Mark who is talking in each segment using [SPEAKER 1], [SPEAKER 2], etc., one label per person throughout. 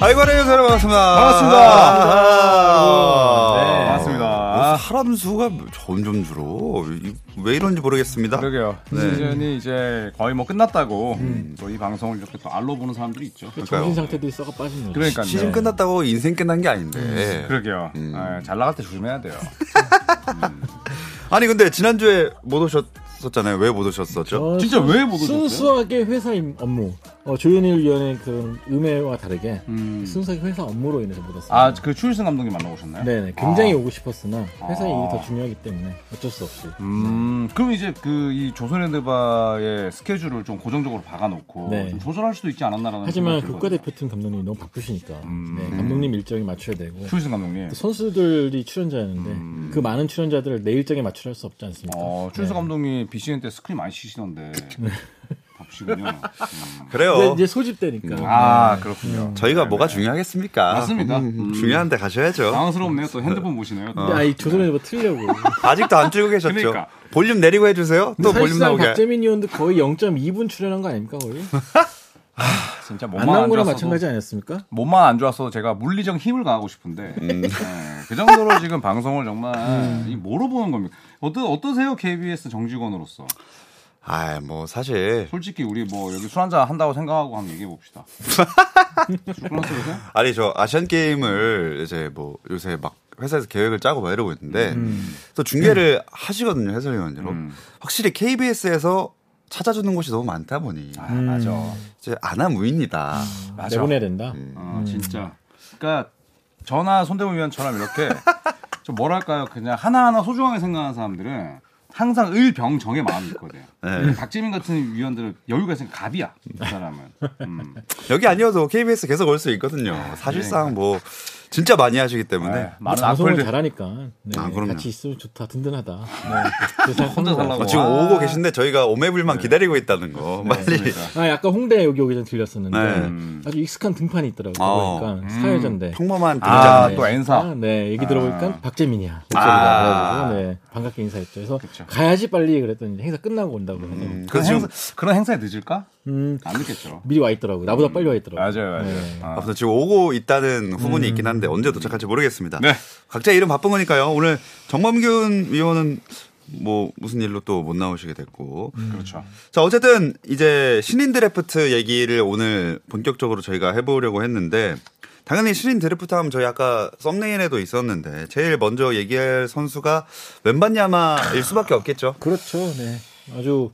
[SPEAKER 1] 아이바레 여사님 반갑습니다.
[SPEAKER 2] 반갑습니다.
[SPEAKER 1] 아,
[SPEAKER 2] 네. 반갑습니다.
[SPEAKER 1] 아, 사람 수가 점점 줄어. 이- 왜 이런지 모르겠습니다.
[SPEAKER 2] 그러게요.
[SPEAKER 1] 네.
[SPEAKER 2] 시즌이 이제 거의 뭐 끝났다고
[SPEAKER 3] 음.
[SPEAKER 2] 또 이 방송을 이렇게 또 알로 보는 사람들이 있죠.
[SPEAKER 3] 정신 상태들이 썩어 빠지는 거죠.
[SPEAKER 2] 그러니까
[SPEAKER 1] 시즌 끝났다고 인생 끝난 게 아닌데.
[SPEAKER 2] 그러게요.
[SPEAKER 3] 음.
[SPEAKER 2] 아, 잘 나갈 때 조심해야 돼요.
[SPEAKER 1] 아니 근데 지난주에 못 오셨었잖아요. 왜 못 오셨었죠?
[SPEAKER 3] 어,
[SPEAKER 2] 진짜 왜 못 오셨어요?
[SPEAKER 3] 순수하게 회사 임- 업무. 어, 조현일 위원의 그런 음해와 다르게 순수하게 회사 업무로 인해서 못 왔어요.
[SPEAKER 2] 아, 그 추일승 감독님 만나고 오셨나요?
[SPEAKER 3] 네네. 굉장히
[SPEAKER 2] 아.
[SPEAKER 3] 오고 싶었으나 회사 일이 더 중요하기 때문에 어쩔 수 없이.
[SPEAKER 2] 음, 그럼 이제 그 이 조선랜드바의 스케줄을 좀 고정적으로 박아놓고
[SPEAKER 3] 네.
[SPEAKER 2] 좀 조절할 수도 있지 않았나라는
[SPEAKER 3] 하지만
[SPEAKER 2] 생각이 들거든요.
[SPEAKER 3] 국가대표팀 감독님이 너무 바쁘시니까
[SPEAKER 2] 음.
[SPEAKER 3] 네, 감독님 일정에 그 맞춰야 되고
[SPEAKER 2] 추일승 감독님.
[SPEAKER 3] 또 선수들이 출연자였는데 그 많은 출연자들을 내 일정에 맞추려 할 수 없지 않습니까?
[SPEAKER 2] 음. 어, 추일승
[SPEAKER 3] 네.
[SPEAKER 2] 감독님 BCN 때 스크린 많이 치시던데 바쁘시군요. 음.
[SPEAKER 3] 근데
[SPEAKER 1] 그래요.
[SPEAKER 3] 이제 소집되니까.
[SPEAKER 2] 아, 그렇군요.
[SPEAKER 3] 음.
[SPEAKER 1] 저희가 뭐가 중요하겠습니까?
[SPEAKER 2] 네. 맞습니다. 음.
[SPEAKER 1] 중요한데 가셔야죠.
[SPEAKER 2] 당황스럽네요. 또 핸드폰 보시네요.
[SPEAKER 3] 근데 아이 조선에 뭐 틀려고.
[SPEAKER 1] 아직도 안 들고 계셨죠?
[SPEAKER 2] 그러니까.
[SPEAKER 1] 볼륨 내리고 해주세요. 또 볼륨
[SPEAKER 3] 사실상
[SPEAKER 1] 나오게.
[SPEAKER 3] 박재민 의원도 거의 0.2분 출연한 거 아닙니까 거의?
[SPEAKER 2] 진짜
[SPEAKER 3] 안
[SPEAKER 2] 몸만
[SPEAKER 3] 나온
[SPEAKER 2] 안
[SPEAKER 3] 거랑
[SPEAKER 2] 좋았어도
[SPEAKER 3] 마찬가지 아니었습니까?
[SPEAKER 2] 몸만 안 좋아서 제가 물리적 힘을 가하고 싶은데 예, 그 정도로 지금 방송을 정말 이 뭐로 보는 겁니까? 어떠 어떠세요 KBS 정직원으로서?
[SPEAKER 1] 아, 뭐 사실
[SPEAKER 2] 솔직히 우리 뭐 여기 술 한잔 한다고 생각하고 한번 얘기해 봅시다. 술 끊었어요? 요새?
[SPEAKER 1] 아니 저 아시안 게임을 이제 뭐 요새 막 회사에서 계획을 짜고 막 이러고 있는데 또 중계를 하시거든요 해설위원으로
[SPEAKER 2] 음.
[SPEAKER 1] 확실히 KBS에서 찾아주는 곳이 너무 많다 보니
[SPEAKER 2] 아, 음. 맞아.
[SPEAKER 1] 이제 안하무인이다
[SPEAKER 2] 맞아.
[SPEAKER 3] 음. 내보내야 된다. 음.
[SPEAKER 2] 어, 진짜. 그러니까 전화 손대문 위원처럼 이렇게 좀 뭐랄까요? 그냥 하나하나 소중하게 생각하는 사람들은 항상 을병정의 마음이 있거든.
[SPEAKER 1] 네.
[SPEAKER 2] 박재민 같은 위원들은 여유가 있으면 갑이야. 그 사람은. 음.
[SPEAKER 1] 여기 아니어도 KBS 계속 올 수 있거든요 사실상 뭐 진짜 많이 하시기 때문에 뭐
[SPEAKER 2] 아, 네. 많은
[SPEAKER 3] 방송을
[SPEAKER 2] 악플들.
[SPEAKER 3] 잘하니까 네,
[SPEAKER 1] 아, 그럼요.
[SPEAKER 3] 같이 있으면 좋다 든든하다. 네, 그래서
[SPEAKER 2] 혼자
[SPEAKER 3] 하는 거.
[SPEAKER 2] 살라고. 아,
[SPEAKER 1] 어, 지금
[SPEAKER 2] 와. 네.
[SPEAKER 1] 오고 계신데 저희가 오매불만 기다리고 있다는 거 빨리
[SPEAKER 2] 그러니까.
[SPEAKER 3] 아 약간 홍대 여기 오기 전 들렸었는데
[SPEAKER 1] 네.
[SPEAKER 3] 아주 익숙한 등판이 있더라고요.
[SPEAKER 1] 어.
[SPEAKER 3] 그러니까 사회전대.
[SPEAKER 1] 평범한 등장
[SPEAKER 2] 음. 아,
[SPEAKER 1] 네.
[SPEAKER 2] 또 N사.
[SPEAKER 3] 아, 네, 얘기 들어보니까 박재민이야.
[SPEAKER 1] 아.
[SPEAKER 3] 목소리가. 그래가지고, 네, 반갑게 인사했죠. 그래서 가야지 빨리 그랬더니 행사 끝나고 온다고 해서 음,
[SPEAKER 2] 그런,
[SPEAKER 1] 그래서 지금
[SPEAKER 2] 행사, 그런 행사에 늦을까? 안 늦겠죠.
[SPEAKER 3] 미리 와 있더라고요. 나보다 빨리 와 있더라고요.
[SPEAKER 2] 음.
[SPEAKER 3] 네.
[SPEAKER 2] 맞아요, 맞아요. 아.
[SPEAKER 1] 앞서 지금 오고 있다는 후문이 있긴 한데 언제 도착할지 모르겠습니다.
[SPEAKER 2] 음. 네.
[SPEAKER 1] 각자 이름 바쁜 거니까요. 오늘 정범균 의원은 뭐 무슨 일로 또 못 나오시게 됐고.
[SPEAKER 2] 그렇죠.
[SPEAKER 1] 자 어쨌든 이제 신인 드래프트 얘기를 오늘 본격적으로 저희가 해보려고 했는데 당연히 신인 드래프트 하면 저희 아까 썸네일에도 있었는데 제일 먼저 얘기할 선수가 웬반야마일 수밖에 없겠죠.
[SPEAKER 3] 그렇죠. 네. 아주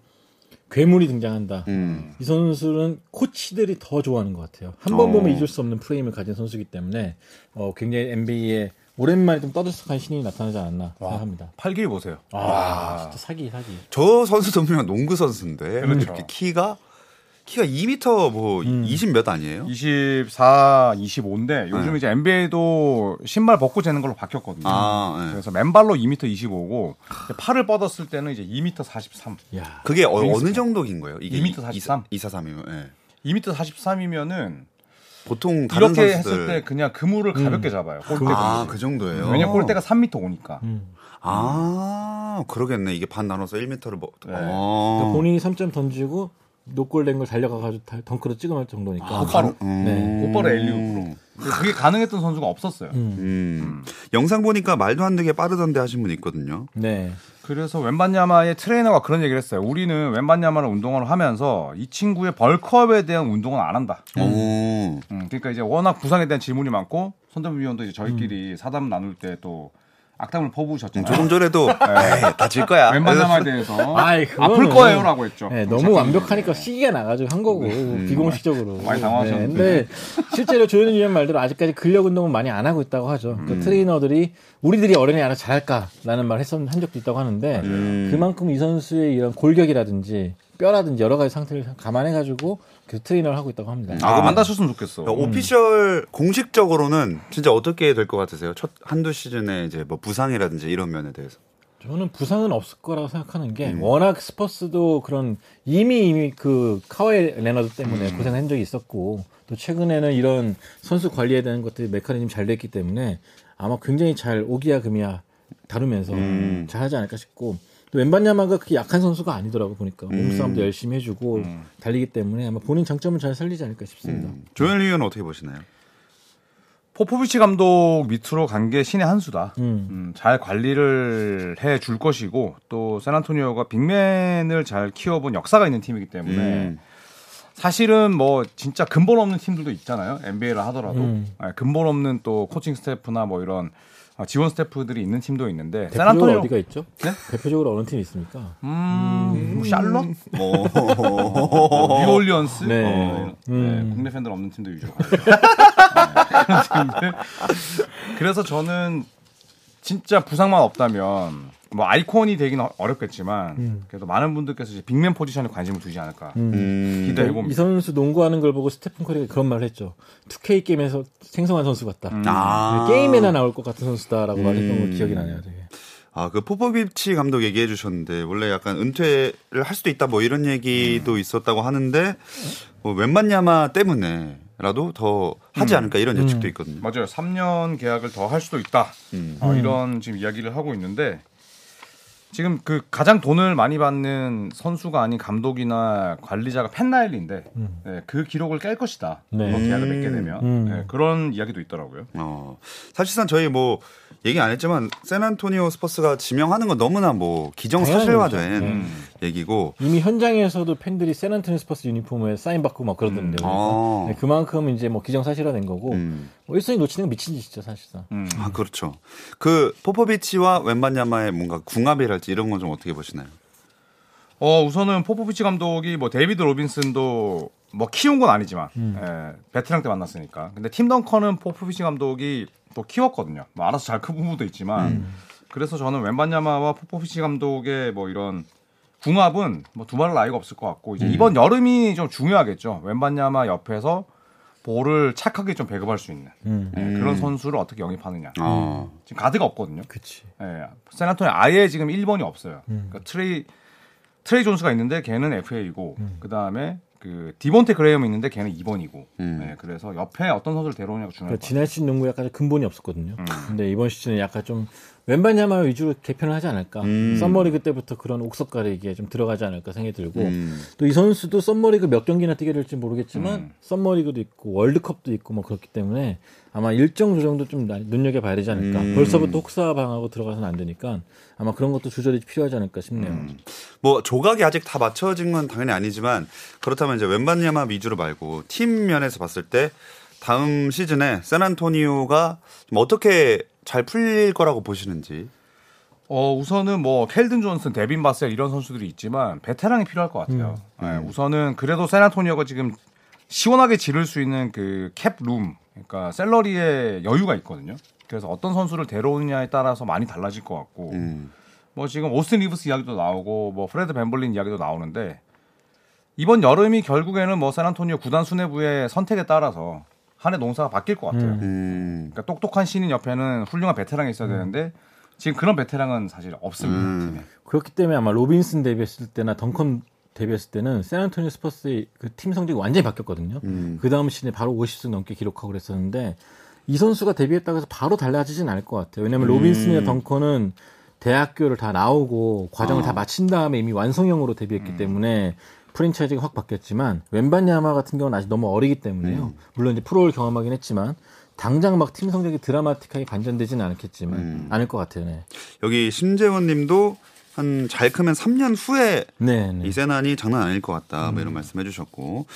[SPEAKER 3] 괴물이 등장한다. 이 선수는 코치들이 더 좋아하는 것 같아요. 한 번
[SPEAKER 1] 어.
[SPEAKER 3] 보면 잊을 수 없는 프레임을 가진 선수이기 때문에 어, 굉장히 NBA에 오랜만에 좀 떠들썩한 신인이 나타나지 않았나 생각합니다.
[SPEAKER 2] 8길 보세요.
[SPEAKER 3] 아, 진짜 사기 사기.
[SPEAKER 1] 저 선수 전명 농구 선수인데
[SPEAKER 2] 그렇죠. 음.
[SPEAKER 1] 이렇게 키가 키가 2미터 뭐20 몇 아니에요?
[SPEAKER 2] 24, 25인데 요즘 이제 NBA도 신발 벗고 재는 걸로 바뀌었거든요.
[SPEAKER 1] 아, 네.
[SPEAKER 2] 그래서 맨발로 2m 25고 팔을 뻗었을 때는 이제 2m 43.
[SPEAKER 3] 야.
[SPEAKER 1] 그게 어, 느
[SPEAKER 2] 윙스팬.
[SPEAKER 1] 정도인 거예요? 이게
[SPEAKER 2] 2m43?
[SPEAKER 1] 243이면. 예.
[SPEAKER 2] 2m 43이면은
[SPEAKER 1] 보통 다른
[SPEAKER 2] 이렇게
[SPEAKER 1] 선수들
[SPEAKER 2] 했을 때 그냥 그물을 가볍게 잡아요. 골대
[SPEAKER 1] 아,
[SPEAKER 2] 그물.
[SPEAKER 1] 그 정도예요.
[SPEAKER 2] 왜냐 골대가 3m
[SPEAKER 3] 음.
[SPEAKER 2] 오니까.
[SPEAKER 1] 어. 아, 그러겠네. 이게 반 나눠서 1m를 뭐.
[SPEAKER 2] 네.
[SPEAKER 3] 그러니까
[SPEAKER 1] 아.
[SPEAKER 3] 본인이 3점 던지고 노골된 걸 달려가가지고 다- 덩크로 찍어낼 정도니까.
[SPEAKER 1] 음.
[SPEAKER 2] 곧바로
[SPEAKER 3] 네.
[SPEAKER 2] 곧바로 엘리우프로. 그게 가능했던 선수가 없었어요.
[SPEAKER 1] 음. 영상 보니까 말도 안 되게 빠르던데 하신 분 있거든요.
[SPEAKER 3] 네.
[SPEAKER 2] 그래서 웬반야마의 트레이너가 그런 얘기를 했어요. 우리는 웬반야마를 운동을 하면서 이 친구의 벌크업에 대한 운동은 안 한다.
[SPEAKER 1] 네. 오.
[SPEAKER 2] 음, 그러니까 이제 워낙 부상에 대한 질문이 많고 손대부 위원도 이제 저희끼리 사담 나눌 때 또 악담을
[SPEAKER 1] 음,
[SPEAKER 2] 퍼부으셨잖아요.
[SPEAKER 1] 조금 전에도 에이, 다질 거야.
[SPEAKER 2] 웬만함에 대해서
[SPEAKER 3] 아이, 그거는-
[SPEAKER 2] 아플 거예요라고 했죠.
[SPEAKER 3] 네,
[SPEAKER 2] 우리
[SPEAKER 3] 너무
[SPEAKER 2] 작가님.
[SPEAKER 3] 완벽하니까 시기가 나가지고 한 거고 비공식적으로.
[SPEAKER 2] 많이 당황하셨는데.
[SPEAKER 3] 네, 근데 실제로 조현우 위원 말대로 아직까지 근력 운동은 많이 안 하고 있다고 하죠. 그
[SPEAKER 2] 음.
[SPEAKER 3] 트레이너들이 우리들이 어른이 알아서 잘할까라는 말을 했었 한 적도 있다고 하는데 그만큼 이 선수의 이런 골격이라든지 뼈라든지 여러 가지 상태를 감안해가지고 계속 트레이너를 하고 있다고 합니다.
[SPEAKER 2] 아, 그거 안 다쳤으면 좋겠어.
[SPEAKER 1] 그래서 오피셜 공식적으로는 진짜 어떻게 될 것 같으세요? 첫 한두 시즌에 이제 뭐 부상이라든지 이런 면에 대해서.
[SPEAKER 3] 저는 부상은 없을 거라고 생각하는 게 워낙 스퍼스도 그런 이미 이미 그 카와이 레너드 때문에 고생한 적이 있었고 또 최근에는 이런 선수 관리에 대한 것들이 메커니즘 잘 됐기 때문에 아마 굉장히 잘 오기야 금이야 다루면서 잘 하지 않을까 싶고 또 웬반야마가 그렇게 약한 선수가 아니더라고 보니까 몸싸움도
[SPEAKER 1] 음.
[SPEAKER 2] 음.
[SPEAKER 3] 열심히 해주고 달리기 때문에 아마 본인 장점을 잘 살리지 않을까 싶습니다.
[SPEAKER 1] 조현일 위원 어떻게 보시나요?
[SPEAKER 2] 포포비치 감독 밑으로 간 게 신의 한 수다.
[SPEAKER 3] 음.
[SPEAKER 2] 음, 잘 관리를 해 줄 것이고 또 샌안토니오가 빅맨을 잘 키워본 역사가 있는 팀이기 때문에
[SPEAKER 1] 음.
[SPEAKER 2] 사실은 뭐 진짜 근본 없는 팀들도 있잖아요. NBA를 하더라도
[SPEAKER 3] 음.
[SPEAKER 2] 아, 근본 없는 또 코칭 스태프나 뭐 이런 아, 지원 스태프들이 있는 팀도 있는데
[SPEAKER 3] 대표적으로
[SPEAKER 2] 샌안토니오 네?
[SPEAKER 3] 어디가 있죠? 대표적으로 어느 팀이 있습니까?
[SPEAKER 2] 음, 뭐 샬럿,
[SPEAKER 1] 오.
[SPEAKER 2] 뉴올리언스,
[SPEAKER 3] 네.
[SPEAKER 2] 어, 네,
[SPEAKER 3] 음.
[SPEAKER 2] 국내 팬들 없는 팀도 위주로 가요. 네, 그런 팀들. 그래서 저는 진짜 부상만 없다면 뭐 아이콘이 되긴 어- 어렵겠지만 그래도 많은 분들께서 이제 빅맨 포지션에 관심을 두지 않을까
[SPEAKER 1] 음.
[SPEAKER 2] 기대해
[SPEAKER 3] 뭐 이
[SPEAKER 2] 봅니다.
[SPEAKER 3] 선수 농구하는 걸 보고 스테픈 커리가 그런 말을 했죠. 2K 게임에서 생성한 선수 같다. 네,
[SPEAKER 1] 아.
[SPEAKER 3] 음. 그 게임에나 나올 것 같은 선수다라고 말했던 걸
[SPEAKER 1] 음.
[SPEAKER 3] 기억이 나네요. 되게.
[SPEAKER 1] 아, 그 포포비치 감독 얘기해 주셨는데 원래 약간 은퇴를 할 수도 있다 뭐 이런
[SPEAKER 3] 음.
[SPEAKER 1] 얘기도 있었다고 하는데 뭐 웬만야마 때문에라도 더
[SPEAKER 3] 음.
[SPEAKER 1] 하지 않을까 이런 예측도 있거든요.
[SPEAKER 2] 맞아요. 3년 계약을 더 할 수도 있다.
[SPEAKER 1] 음.
[SPEAKER 2] 어, 이런 지금 이야기를 하고 있는데 지금 그 가장 돈을 많이 받는 선수가 아닌 감독이나 관리자가 펜나일리인데 예, 그 기록을 깰 것이다.
[SPEAKER 3] 음. 네.
[SPEAKER 2] 이번 계약을 맺게 되면
[SPEAKER 3] 음.
[SPEAKER 2] 예, 그런 이야기도 있더라고요.
[SPEAKER 1] 어. 사실상 저희 뭐 얘기 안 했지만 샌안토니오 스퍼스가 지명하는 건 너무나 뭐 기정사실화된
[SPEAKER 3] 당연한
[SPEAKER 1] 얘기고
[SPEAKER 3] 이미 현장에서도 팬들이 세난트니 스퍼스 유니폼에 사인 받고 막 그러던데. 요
[SPEAKER 1] 아.
[SPEAKER 3] 그만큼 이제 뭐 기정사실화된 거고
[SPEAKER 1] 음.
[SPEAKER 3] 뭐 일선이 놓치는 건 미친 짓이죠 사실상.
[SPEAKER 2] 음.
[SPEAKER 1] 아 그렇죠. 그 포포비치와 웬만야마의 뭔가 궁합이랄지 이런 건 좀 어떻게 보시나요?
[SPEAKER 2] 어 우선은 포포비치 감독이 뭐 데이비드 로빈슨도 뭐 키운 건 아니지만 예, 베테랑 때 만났으니까. 근데 팀 덩컨은 포포비치 감독이 또 키웠거든요. 뭐 알아서 잘 큰 부분도 있지만 그래서 저는 웬반야마와 포포비치 감독의 뭐 이런 궁합은 뭐 두말할 나이가 없을 것 같고 이제 이번 여름이 좀 중요하겠죠. 웬반야마 옆에서 볼을 착하게 좀 배급할 수 있는
[SPEAKER 3] 음.
[SPEAKER 2] 예, 그런 선수를 어떻게 영입하느냐.
[SPEAKER 1] 아.
[SPEAKER 2] 지금 가드가 없거든요.
[SPEAKER 3] 그치. 음.
[SPEAKER 2] 예, 샌안토니 아예 지금 1번이 없어요. 그러니까 트레이 트레이 존스가 있는데 걔는 FA이고 그다음에 그 디본테 그레이엄이 있는데 걔는 2번이고.
[SPEAKER 1] 음.
[SPEAKER 2] 예, 그래서 옆에 어떤 선수를 데려오냐가 중요할
[SPEAKER 3] 그러니까
[SPEAKER 2] 것 같아요.
[SPEAKER 3] 지난 시즌 농구 약간 근본이 없었거든요. 근데 이번 시즌은 약간 좀 왼반야마 위주로 개편을 하지 않을까.
[SPEAKER 1] 음.
[SPEAKER 3] 썸머리그 때부터 그런 옥석 가리기에 좀 들어가지 않을까 생각이 들고
[SPEAKER 1] 음.
[SPEAKER 3] 또 이 선수도 썸머리그 몇 경기나 뛰게 될지 모르겠지만
[SPEAKER 2] 음.
[SPEAKER 3] 썸머리그도 있고 월드컵도 있고 뭐 그렇기 때문에 아마 일정 조정도 좀 나- 눈여겨봐야 되지 않을까.
[SPEAKER 1] 음.
[SPEAKER 3] 벌써부터 혹사방하고 들어가서는 안 되니까 아마 그런 것도 조절이 필요하지 않을까 싶네요.
[SPEAKER 1] 뭐 조각이 아직 다 맞춰진 건 당연히 아니지만 그렇다면 이제 웬반야마 위주로 말고 팀 면에서 봤을 때 다음 시즌에 샌안토니오가 좀 어떻게 잘 풀릴 거라고 보시는지.
[SPEAKER 2] 어, 우선은 뭐 켈든 존슨, 데빈 바셀 이런 선수들이 있지만 베테랑이 필요할 것 같아요.
[SPEAKER 3] 음.
[SPEAKER 2] 예, 우선은 그래도 샌안토니오가 지금 시원하게 지를 수 있는 그 캡룸, 그러니까 셀러리에 여유가 있거든요. 그래서 어떤 선수를 데려오느냐에 따라서 많이 달라질 것
[SPEAKER 1] 음.
[SPEAKER 2] 같고 뭐 지금 오스틴 리브스 이야기도 나오고 뭐 프레드 벤벌린 이야기도 나오는데 이번 여름이 결국에는 뭐 샌안토니오 구단 수뇌부의 선택에 따라서 한해 농사가 바뀔 것 같아요.
[SPEAKER 1] 음.
[SPEAKER 2] 그러니까 똑똑한 신인 옆에는 훌륭한 베테랑이 있어야 되는데 지금 그런 베테랑은 사실 없습니다.
[SPEAKER 1] 음.
[SPEAKER 2] 팀에.
[SPEAKER 3] 그렇기 때문에 아마 로빈슨 데뷔했을 때나 덩컨 데뷔했을 때는 샌안토니오 스퍼스의 그 팀 성적이 완전히 바뀌었거든요. 그 다음 시즌에 바로 50승 넘게 기록하고 그랬었는데 이 선수가 데뷔했다고 해서 바로 달라지진 않을 것 같아요. 왜냐하면 로빈슨이나 덩컨은 대학교를 다 나오고 과정을 다 마친 다음에 이미 완성형으로 데뷔했기 때문에 프랜차이즈가 확 바뀌었지만 웬반야마 같은 경우는 아직 너무 어리기 때문에요. 물론 이제 프로를 경험하긴 했지만 당장 막 팀 성적이 드라마틱하게 반전되지는 않겠지만 않을 것 같아요. 네.
[SPEAKER 1] 여기 심재원 님도 한 잘 크면 3년 후에
[SPEAKER 3] 네, 네.
[SPEAKER 1] 이 세난이 장난 아닐 것 같다.
[SPEAKER 2] 음.
[SPEAKER 1] 뭐 이런 말씀해 주셨고.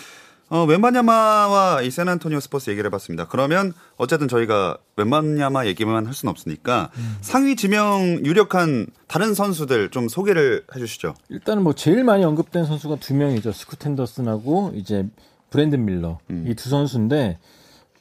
[SPEAKER 1] 어, 웬만야마와 이 샌안토니오 스퍼스 얘기를 해봤습니다. 그러면 어쨌든 저희가 웬만야마 얘기만 할 수는 없으니까
[SPEAKER 2] 음.
[SPEAKER 1] 상위 지명 유력한 다른 선수들 좀 소개를 해 주시죠.
[SPEAKER 3] 일단은 뭐 제일 많이 언급된 선수가 두 명이죠. 스쿠텐더슨하고 이제 브랜든 밀러 이 두 선수인데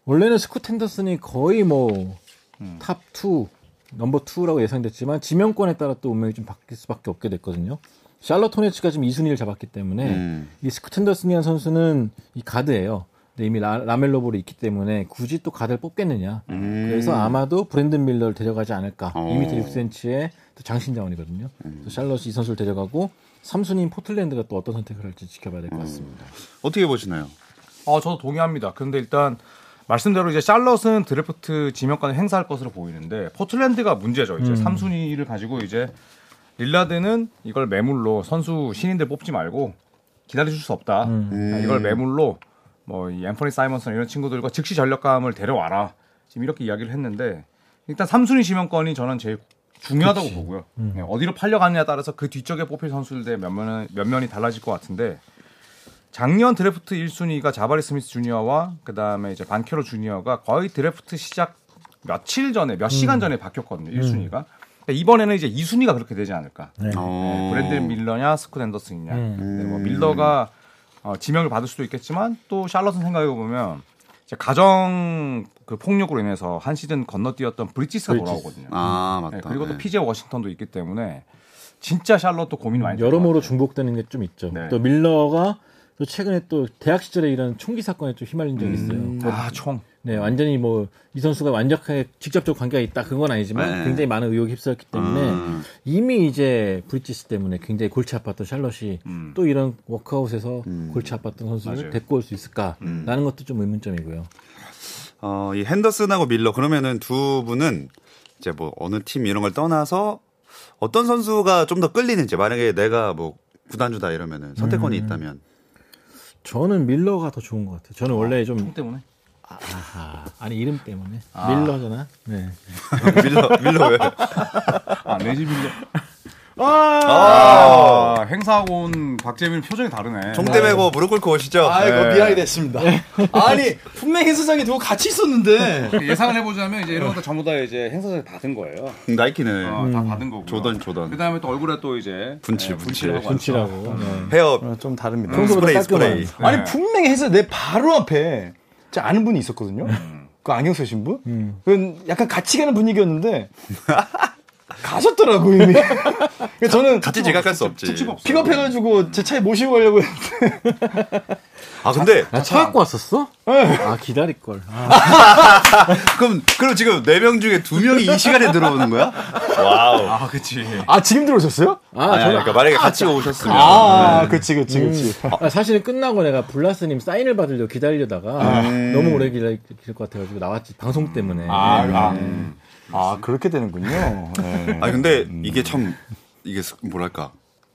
[SPEAKER 3] 원래는 스쿠텐더슨이 거의 뭐 뭐탑2 넘버 2라고 예상됐지만 지명권에 따라 또 운명이 좀 바뀔 수밖에 없게 됐거든요. 샬럿 호네츠가 지금 2순위를 잡았기 때문에
[SPEAKER 2] 네.
[SPEAKER 1] 음.
[SPEAKER 3] 이 스쿠텐더슨이라는 선수는 이 가드예요. 근데 이미 라, 라멜로볼이 있기 때문에 굳이 또 가드를 뽑겠느냐.
[SPEAKER 2] 음.
[SPEAKER 3] 그래서 아마도 브랜든 밀러를 데려가지 않을까.
[SPEAKER 1] 어.
[SPEAKER 3] 2m 6cm의 장신 자원이거든요.
[SPEAKER 2] 음.
[SPEAKER 3] 그래서 샬럿이 이 선수를 데려가고 삼순인 포틀랜드가 또 어떤 선택을 할지 지켜봐야
[SPEAKER 2] 음.
[SPEAKER 3] 될 것 같습니다.
[SPEAKER 1] 어떻게 보시나요?
[SPEAKER 2] 어, 저도 동의합니다. 근데 일단 말씀대로 이제 샬럿은 드래프트 지명권을 행사할 것으로 보이는데 포틀랜드가 문제죠. 이제 삼 3순위를 가지고 이제 릴라드는 이걸 매물로 선수 신인들 뽑지 말고 기다려줄 수 없다. 아, 뭐 이걸 매물로 뭐이 앰퍼니 사이먼슨 이런 친구들과 즉시 전력감을 데려와라. 지금 이렇게 이야기를 했는데 일단 3순위 지명권이 저는 제일 중요하다고 보고요. 네, 어디로 팔려가느냐에 따라서 그 뒤쪽에 뽑힐 선수들의 몇면은 몇면이 달라질 것 같은데 작년 드래프트 1순위가 자바리 스미스 주니어와 그다음에 이제 반케로 주니어가 거의 드래프트 시작 며칠 전에 몇
[SPEAKER 3] 음.
[SPEAKER 2] 시간 전에 바뀌었거든요. 1순위가. 그러니까 이번에는 이제 2순위가 그렇게 되지 않을까.
[SPEAKER 3] 네.
[SPEAKER 1] 어.
[SPEAKER 2] 네, 브랜드 밀러냐 스콧 앤더슨이냐.
[SPEAKER 3] 음.
[SPEAKER 2] 네, 뭐 밀러가 어, 지명을 받을 수도 있겠지만 또 샬럿은 생각해 보면 이제 가정 그 폭력으로 인해서 한 시즌 건너뛰었던 브리티스가
[SPEAKER 3] 브리티스.
[SPEAKER 2] 돌아오거든요.
[SPEAKER 1] 아 맞다.
[SPEAKER 2] 네, 그리고 또
[SPEAKER 1] 네.
[SPEAKER 2] 피제 워싱턴도 있기 때문에 진짜 샬럿도 고민 많이 될
[SPEAKER 3] 여러모로
[SPEAKER 2] 것 같아요.
[SPEAKER 3] 중복되는 게 좀 있죠.
[SPEAKER 2] 네.
[SPEAKER 3] 또 밀러가 또 최근에 또 대학 시절에 이런 총기 사건에 좀 휘말린 적이 있어요.
[SPEAKER 2] 아, 총.
[SPEAKER 3] 네, 완전히 뭐 이 선수가 완벽하게 직접적 관계가 있다 그건 아니지만
[SPEAKER 1] 네.
[SPEAKER 3] 굉장히 많은 의혹이 휩싸였기 때문에
[SPEAKER 1] 음.
[SPEAKER 3] 이미 이제 브릿지스 때문에 굉장히 골치 아팠던 샬럿이 또 이런 워크아웃에서 골치 아팠던 선수를
[SPEAKER 2] 맞아요.
[SPEAKER 3] 데리고 올 수 있을까라는 것도 좀 의문점이고요.
[SPEAKER 1] 어, 이 핸더슨하고 밀러 그러면은 두 분은 이제 뭐 어느 팀 이런 걸 떠나서 어떤 선수가 좀 더 끌리는지 만약에 내가 뭐 구단주다 이러면은 선택권이
[SPEAKER 2] 음.
[SPEAKER 1] 있다면
[SPEAKER 3] 저는 밀러가 더 좋은 것 같아요. 저는 원래 좀
[SPEAKER 2] 총 때문에.
[SPEAKER 3] 아, 아니 이름 때문에 밀러잖아. 네.
[SPEAKER 1] 밀러 밀러 왜?
[SPEAKER 2] 아, 내집 밀러.
[SPEAKER 1] 어.
[SPEAKER 2] 아! 행사하고 온 박재민 표정이 다르네.
[SPEAKER 1] 종대 메고 무릎 꿇고 오시죠.
[SPEAKER 4] 아이고
[SPEAKER 1] 네.
[SPEAKER 4] 미안이 됐습니다. 아니 분명히 행사장에 두고 같이 있었는데
[SPEAKER 2] 네. 예상을 해보자면 이제 이런 것들 전부 다 이제 행사장에 받은 거예요.
[SPEAKER 1] 음, 나이키는
[SPEAKER 2] 어, 다 받은 거고.
[SPEAKER 1] 조던, 조던.
[SPEAKER 2] 그 다음에 또 얼굴에 또 이제 네,
[SPEAKER 1] 분칠, 분칠.
[SPEAKER 2] 분칠하고
[SPEAKER 3] 분칠하고.
[SPEAKER 2] 왔어.
[SPEAKER 3] 네.
[SPEAKER 1] 헤어
[SPEAKER 4] 좀 다릅니다.
[SPEAKER 1] 스프레이
[SPEAKER 3] 깔끔한.
[SPEAKER 1] 스프레이.
[SPEAKER 2] 네.
[SPEAKER 4] 음, 아니 분명히 해서 내 바로 앞에 제 아는 분이 있었거든요. 그 안경 쓰신 분. 그 약간 같이 가는 분위기였는데 가셨더라고 이미. 그러니까 저는
[SPEAKER 1] 같이 지각할 수 없지.
[SPEAKER 2] 특집 없어.
[SPEAKER 4] 픽업해가지고 제 차에 모시고 가려고 했는데
[SPEAKER 1] 아 근데
[SPEAKER 3] 나 차 갖고 왔었어? 아 기다릴 걸. 아,
[SPEAKER 1] 그럼 그럼 지금 네 명 중에 두 명이 이 시간에 들어오는 거야? 와우.
[SPEAKER 2] 아, 그치.
[SPEAKER 4] 아 지금 들어오셨어요?
[SPEAKER 3] 아,
[SPEAKER 1] 아니, 아니,
[SPEAKER 3] 저는
[SPEAKER 1] 그러니까 만약에 같이 오셨으면
[SPEAKER 4] 아 그치 그치 그치.
[SPEAKER 3] 아, 사실은 끝나고 내가 블라스님 사인을 받으려고 기다리려다가 너무 오래 기다릴 것 같아가지고 나왔지 방송 때문에.
[SPEAKER 4] 아, 아, 아, 그렇게 되는군요. 네.
[SPEAKER 1] 아니 근데 이게 참 이게 스- 뭐랄까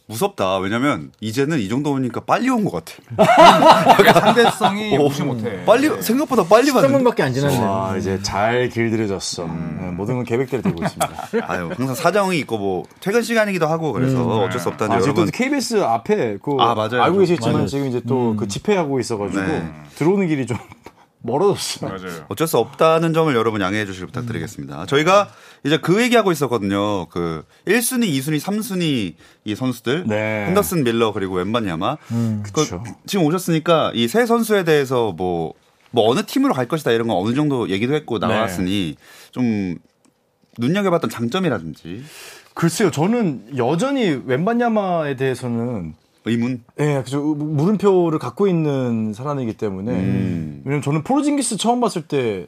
[SPEAKER 1] 무섭다. 왜냐면 이제는 이 정도 오니까 빨리 온 것 같아.
[SPEAKER 2] 그러니까 상대성이 무시 못해.
[SPEAKER 1] 빨리 생각보다 빨리 받는.
[SPEAKER 3] 3분밖에 안 지났네.
[SPEAKER 4] 와 이제 잘 길들여졌어. 네, 모든 건 계획대로 되고 있습니다.
[SPEAKER 1] 아유 항상 사정이 있고 뭐 퇴근 시간이기도 하고 그래서 어쩔 수 없다는데
[SPEAKER 4] 아, 지금 또
[SPEAKER 1] 여러분
[SPEAKER 4] KBS 앞에 그
[SPEAKER 1] 아, 맞아요.
[SPEAKER 4] 알고 계시겠지만
[SPEAKER 3] 맞아요.
[SPEAKER 4] 지금 이제 또 그 집회하고 있어가지고
[SPEAKER 1] 네.
[SPEAKER 4] 들어오는 길이 좀 멀어졌어요.
[SPEAKER 2] 맞아요.
[SPEAKER 1] 어쩔 수 없다는 점을 여러분 양해해 주실 부탁드리겠습니다. 저희가 이제 그 얘기하고 있었거든요. 그 1순위, 2순위, 3순위 이 선수들.
[SPEAKER 4] 네.
[SPEAKER 1] 핸더슨 밀러 그리고 웬반야마. 그,
[SPEAKER 4] 음. 그쵸.
[SPEAKER 1] 지금 오셨으니까 이 세 선수에 대해서 뭐, 뭐 어느 팀으로 갈 것이다 이런 건 어느 정도 얘기도 했고 나왔으니 좀 눈여겨봤던 장점이라든지
[SPEAKER 4] 글쎄요, 저는 여전히 웬반야마에 대해서는
[SPEAKER 1] 의문.
[SPEAKER 4] 예, 그죠. 물음표를 갖고 있는 사람이기 때문에
[SPEAKER 1] 음.
[SPEAKER 4] 왜냐면 저는 포르징기스 처음 봤을 때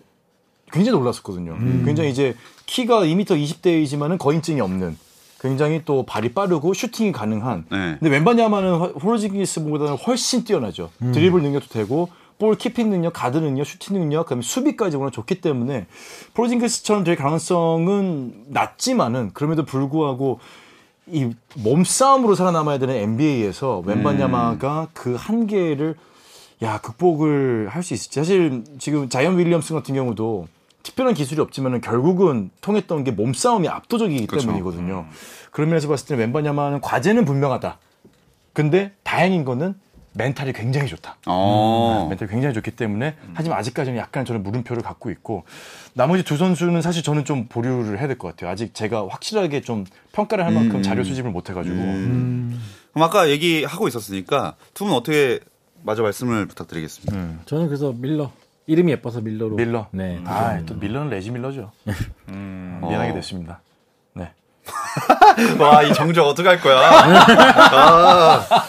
[SPEAKER 4] 굉장히 놀랐었거든요.
[SPEAKER 1] 음.
[SPEAKER 4] 굉장히 이제 키가 2m 20대이지만은 거인증이 없는 굉장히 또 발이 빠르고 슈팅이 가능한.
[SPEAKER 1] 네.
[SPEAKER 4] 근데 웬바냐마는 포르징기스보다는 훨씬 뛰어나죠.
[SPEAKER 1] 음.
[SPEAKER 4] 드리블 능력도 되고 볼 키핑 능력, 가드 능력, 슈팅 능력, 그다음에 수비까지 워낙 좋기 때문에 포르징기스처럼 될 가능성은 낮지만은 그럼에도 불구하고 이 몸싸움으로 살아남아야 되는 NBA에서
[SPEAKER 1] 음.
[SPEAKER 4] 웬바냐마가 그 한계를 야 극복을 할 수 있을지 사실 지금 자이언 윌리엄슨 같은 경우도 특별한 기술이 없지만 결국은 통했던 게 몸싸움이 압도적이기
[SPEAKER 1] 그렇죠.
[SPEAKER 4] 때문이거든요. 그런 면에서 봤을 때는 웬바냐마는 과제는 분명하다. 근데 다행인 거는 멘탈이 굉장히 좋다. 네,
[SPEAKER 1] 어.
[SPEAKER 4] 멘탈이 굉장히 좋기 때문에 하지만 아직까지는 약간 저는 물음표를 갖고 있고 나머지 두 선수는 사실 저는 좀 보류를 해야 될 것 같아요. 아직 제가 확실하게 좀 평가를 할 만큼 자료 수집을 못 해가지고 음.
[SPEAKER 1] 그럼 아까 얘기하고 있었으니까 두 분 어떻게 마저 말씀을 부탁드리겠습니다.
[SPEAKER 3] 저는 그래서 밀러 이름이 예뻐서 밀러로.
[SPEAKER 4] 밀러.
[SPEAKER 3] 네.
[SPEAKER 4] 아, 또 밀러는 레지 밀러죠. 음. 미안하게 됐습니다. 네.
[SPEAKER 1] 음. 와 이 정적 어떻게 할 거야?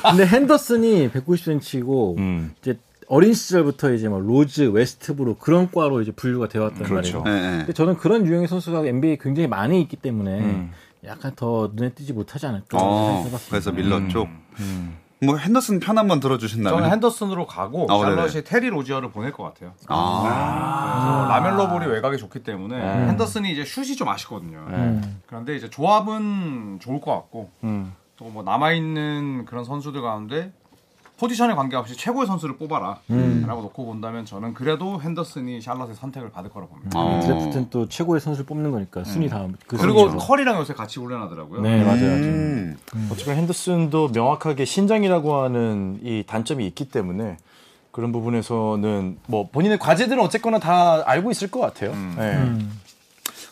[SPEAKER 3] 근데 핸더슨이 190cm이고
[SPEAKER 4] 음.
[SPEAKER 3] 이제 어린 시절부터 이제 막 로즈, 웨스트브룩 그런 과로 이제 분류가 되어왔단
[SPEAKER 4] 그렇죠.
[SPEAKER 3] 말이에요.
[SPEAKER 1] 네, 네.
[SPEAKER 3] 근데 저는 그런 유형의 선수가 NBA에 굉장히 많이 있기 때문에 약간 더 눈에 띄지 못하지 않을까 음.
[SPEAKER 1] 어,
[SPEAKER 3] 생각해봤습니다. 음.
[SPEAKER 1] 그래서 밀러 쪽. 뭐 핸더슨 편 한번 들어주신다면.
[SPEAKER 2] 저는 핸더슨으로 가고
[SPEAKER 1] 어,
[SPEAKER 2] 샬럿이
[SPEAKER 1] 네네.
[SPEAKER 2] 테리 로지어를 보낼 것 같아요.
[SPEAKER 3] 음,
[SPEAKER 1] 아,
[SPEAKER 2] 그래서 라멜로 볼이 외곽이 좋기 때문에
[SPEAKER 4] 네.
[SPEAKER 2] 핸더슨이 이제 슛이 좀 아쉽거든요. 그런데 이제 조합은 좋을 것 같고
[SPEAKER 4] 음.
[SPEAKER 2] 또 뭐 남아 있는 그런 선수들 가운데 포지션에 관계없이 최고의 선수를 뽑아라라고
[SPEAKER 4] 음.
[SPEAKER 2] 놓고 본다면 저는 그래도 핸더슨이 샬럿의 선택을 받을 거라고 봅니다.
[SPEAKER 4] 아,
[SPEAKER 1] 어.
[SPEAKER 3] 드래프트는 또 최고의 선수를 뽑는 거니까 순위 다음 그
[SPEAKER 2] 그리고
[SPEAKER 3] 순위죠.
[SPEAKER 2] 컬이랑 요새 같이 훈련하더라고요.
[SPEAKER 3] 네 맞아요.
[SPEAKER 1] 음.
[SPEAKER 4] 어쨌든 핸더슨도 명확하게 신장이라고 하는 이 단점이 있기 때문에 그런 부분에서는 뭐 본인의 과제들은 어쨌거나 다 알고 있을 것 같아요. 네.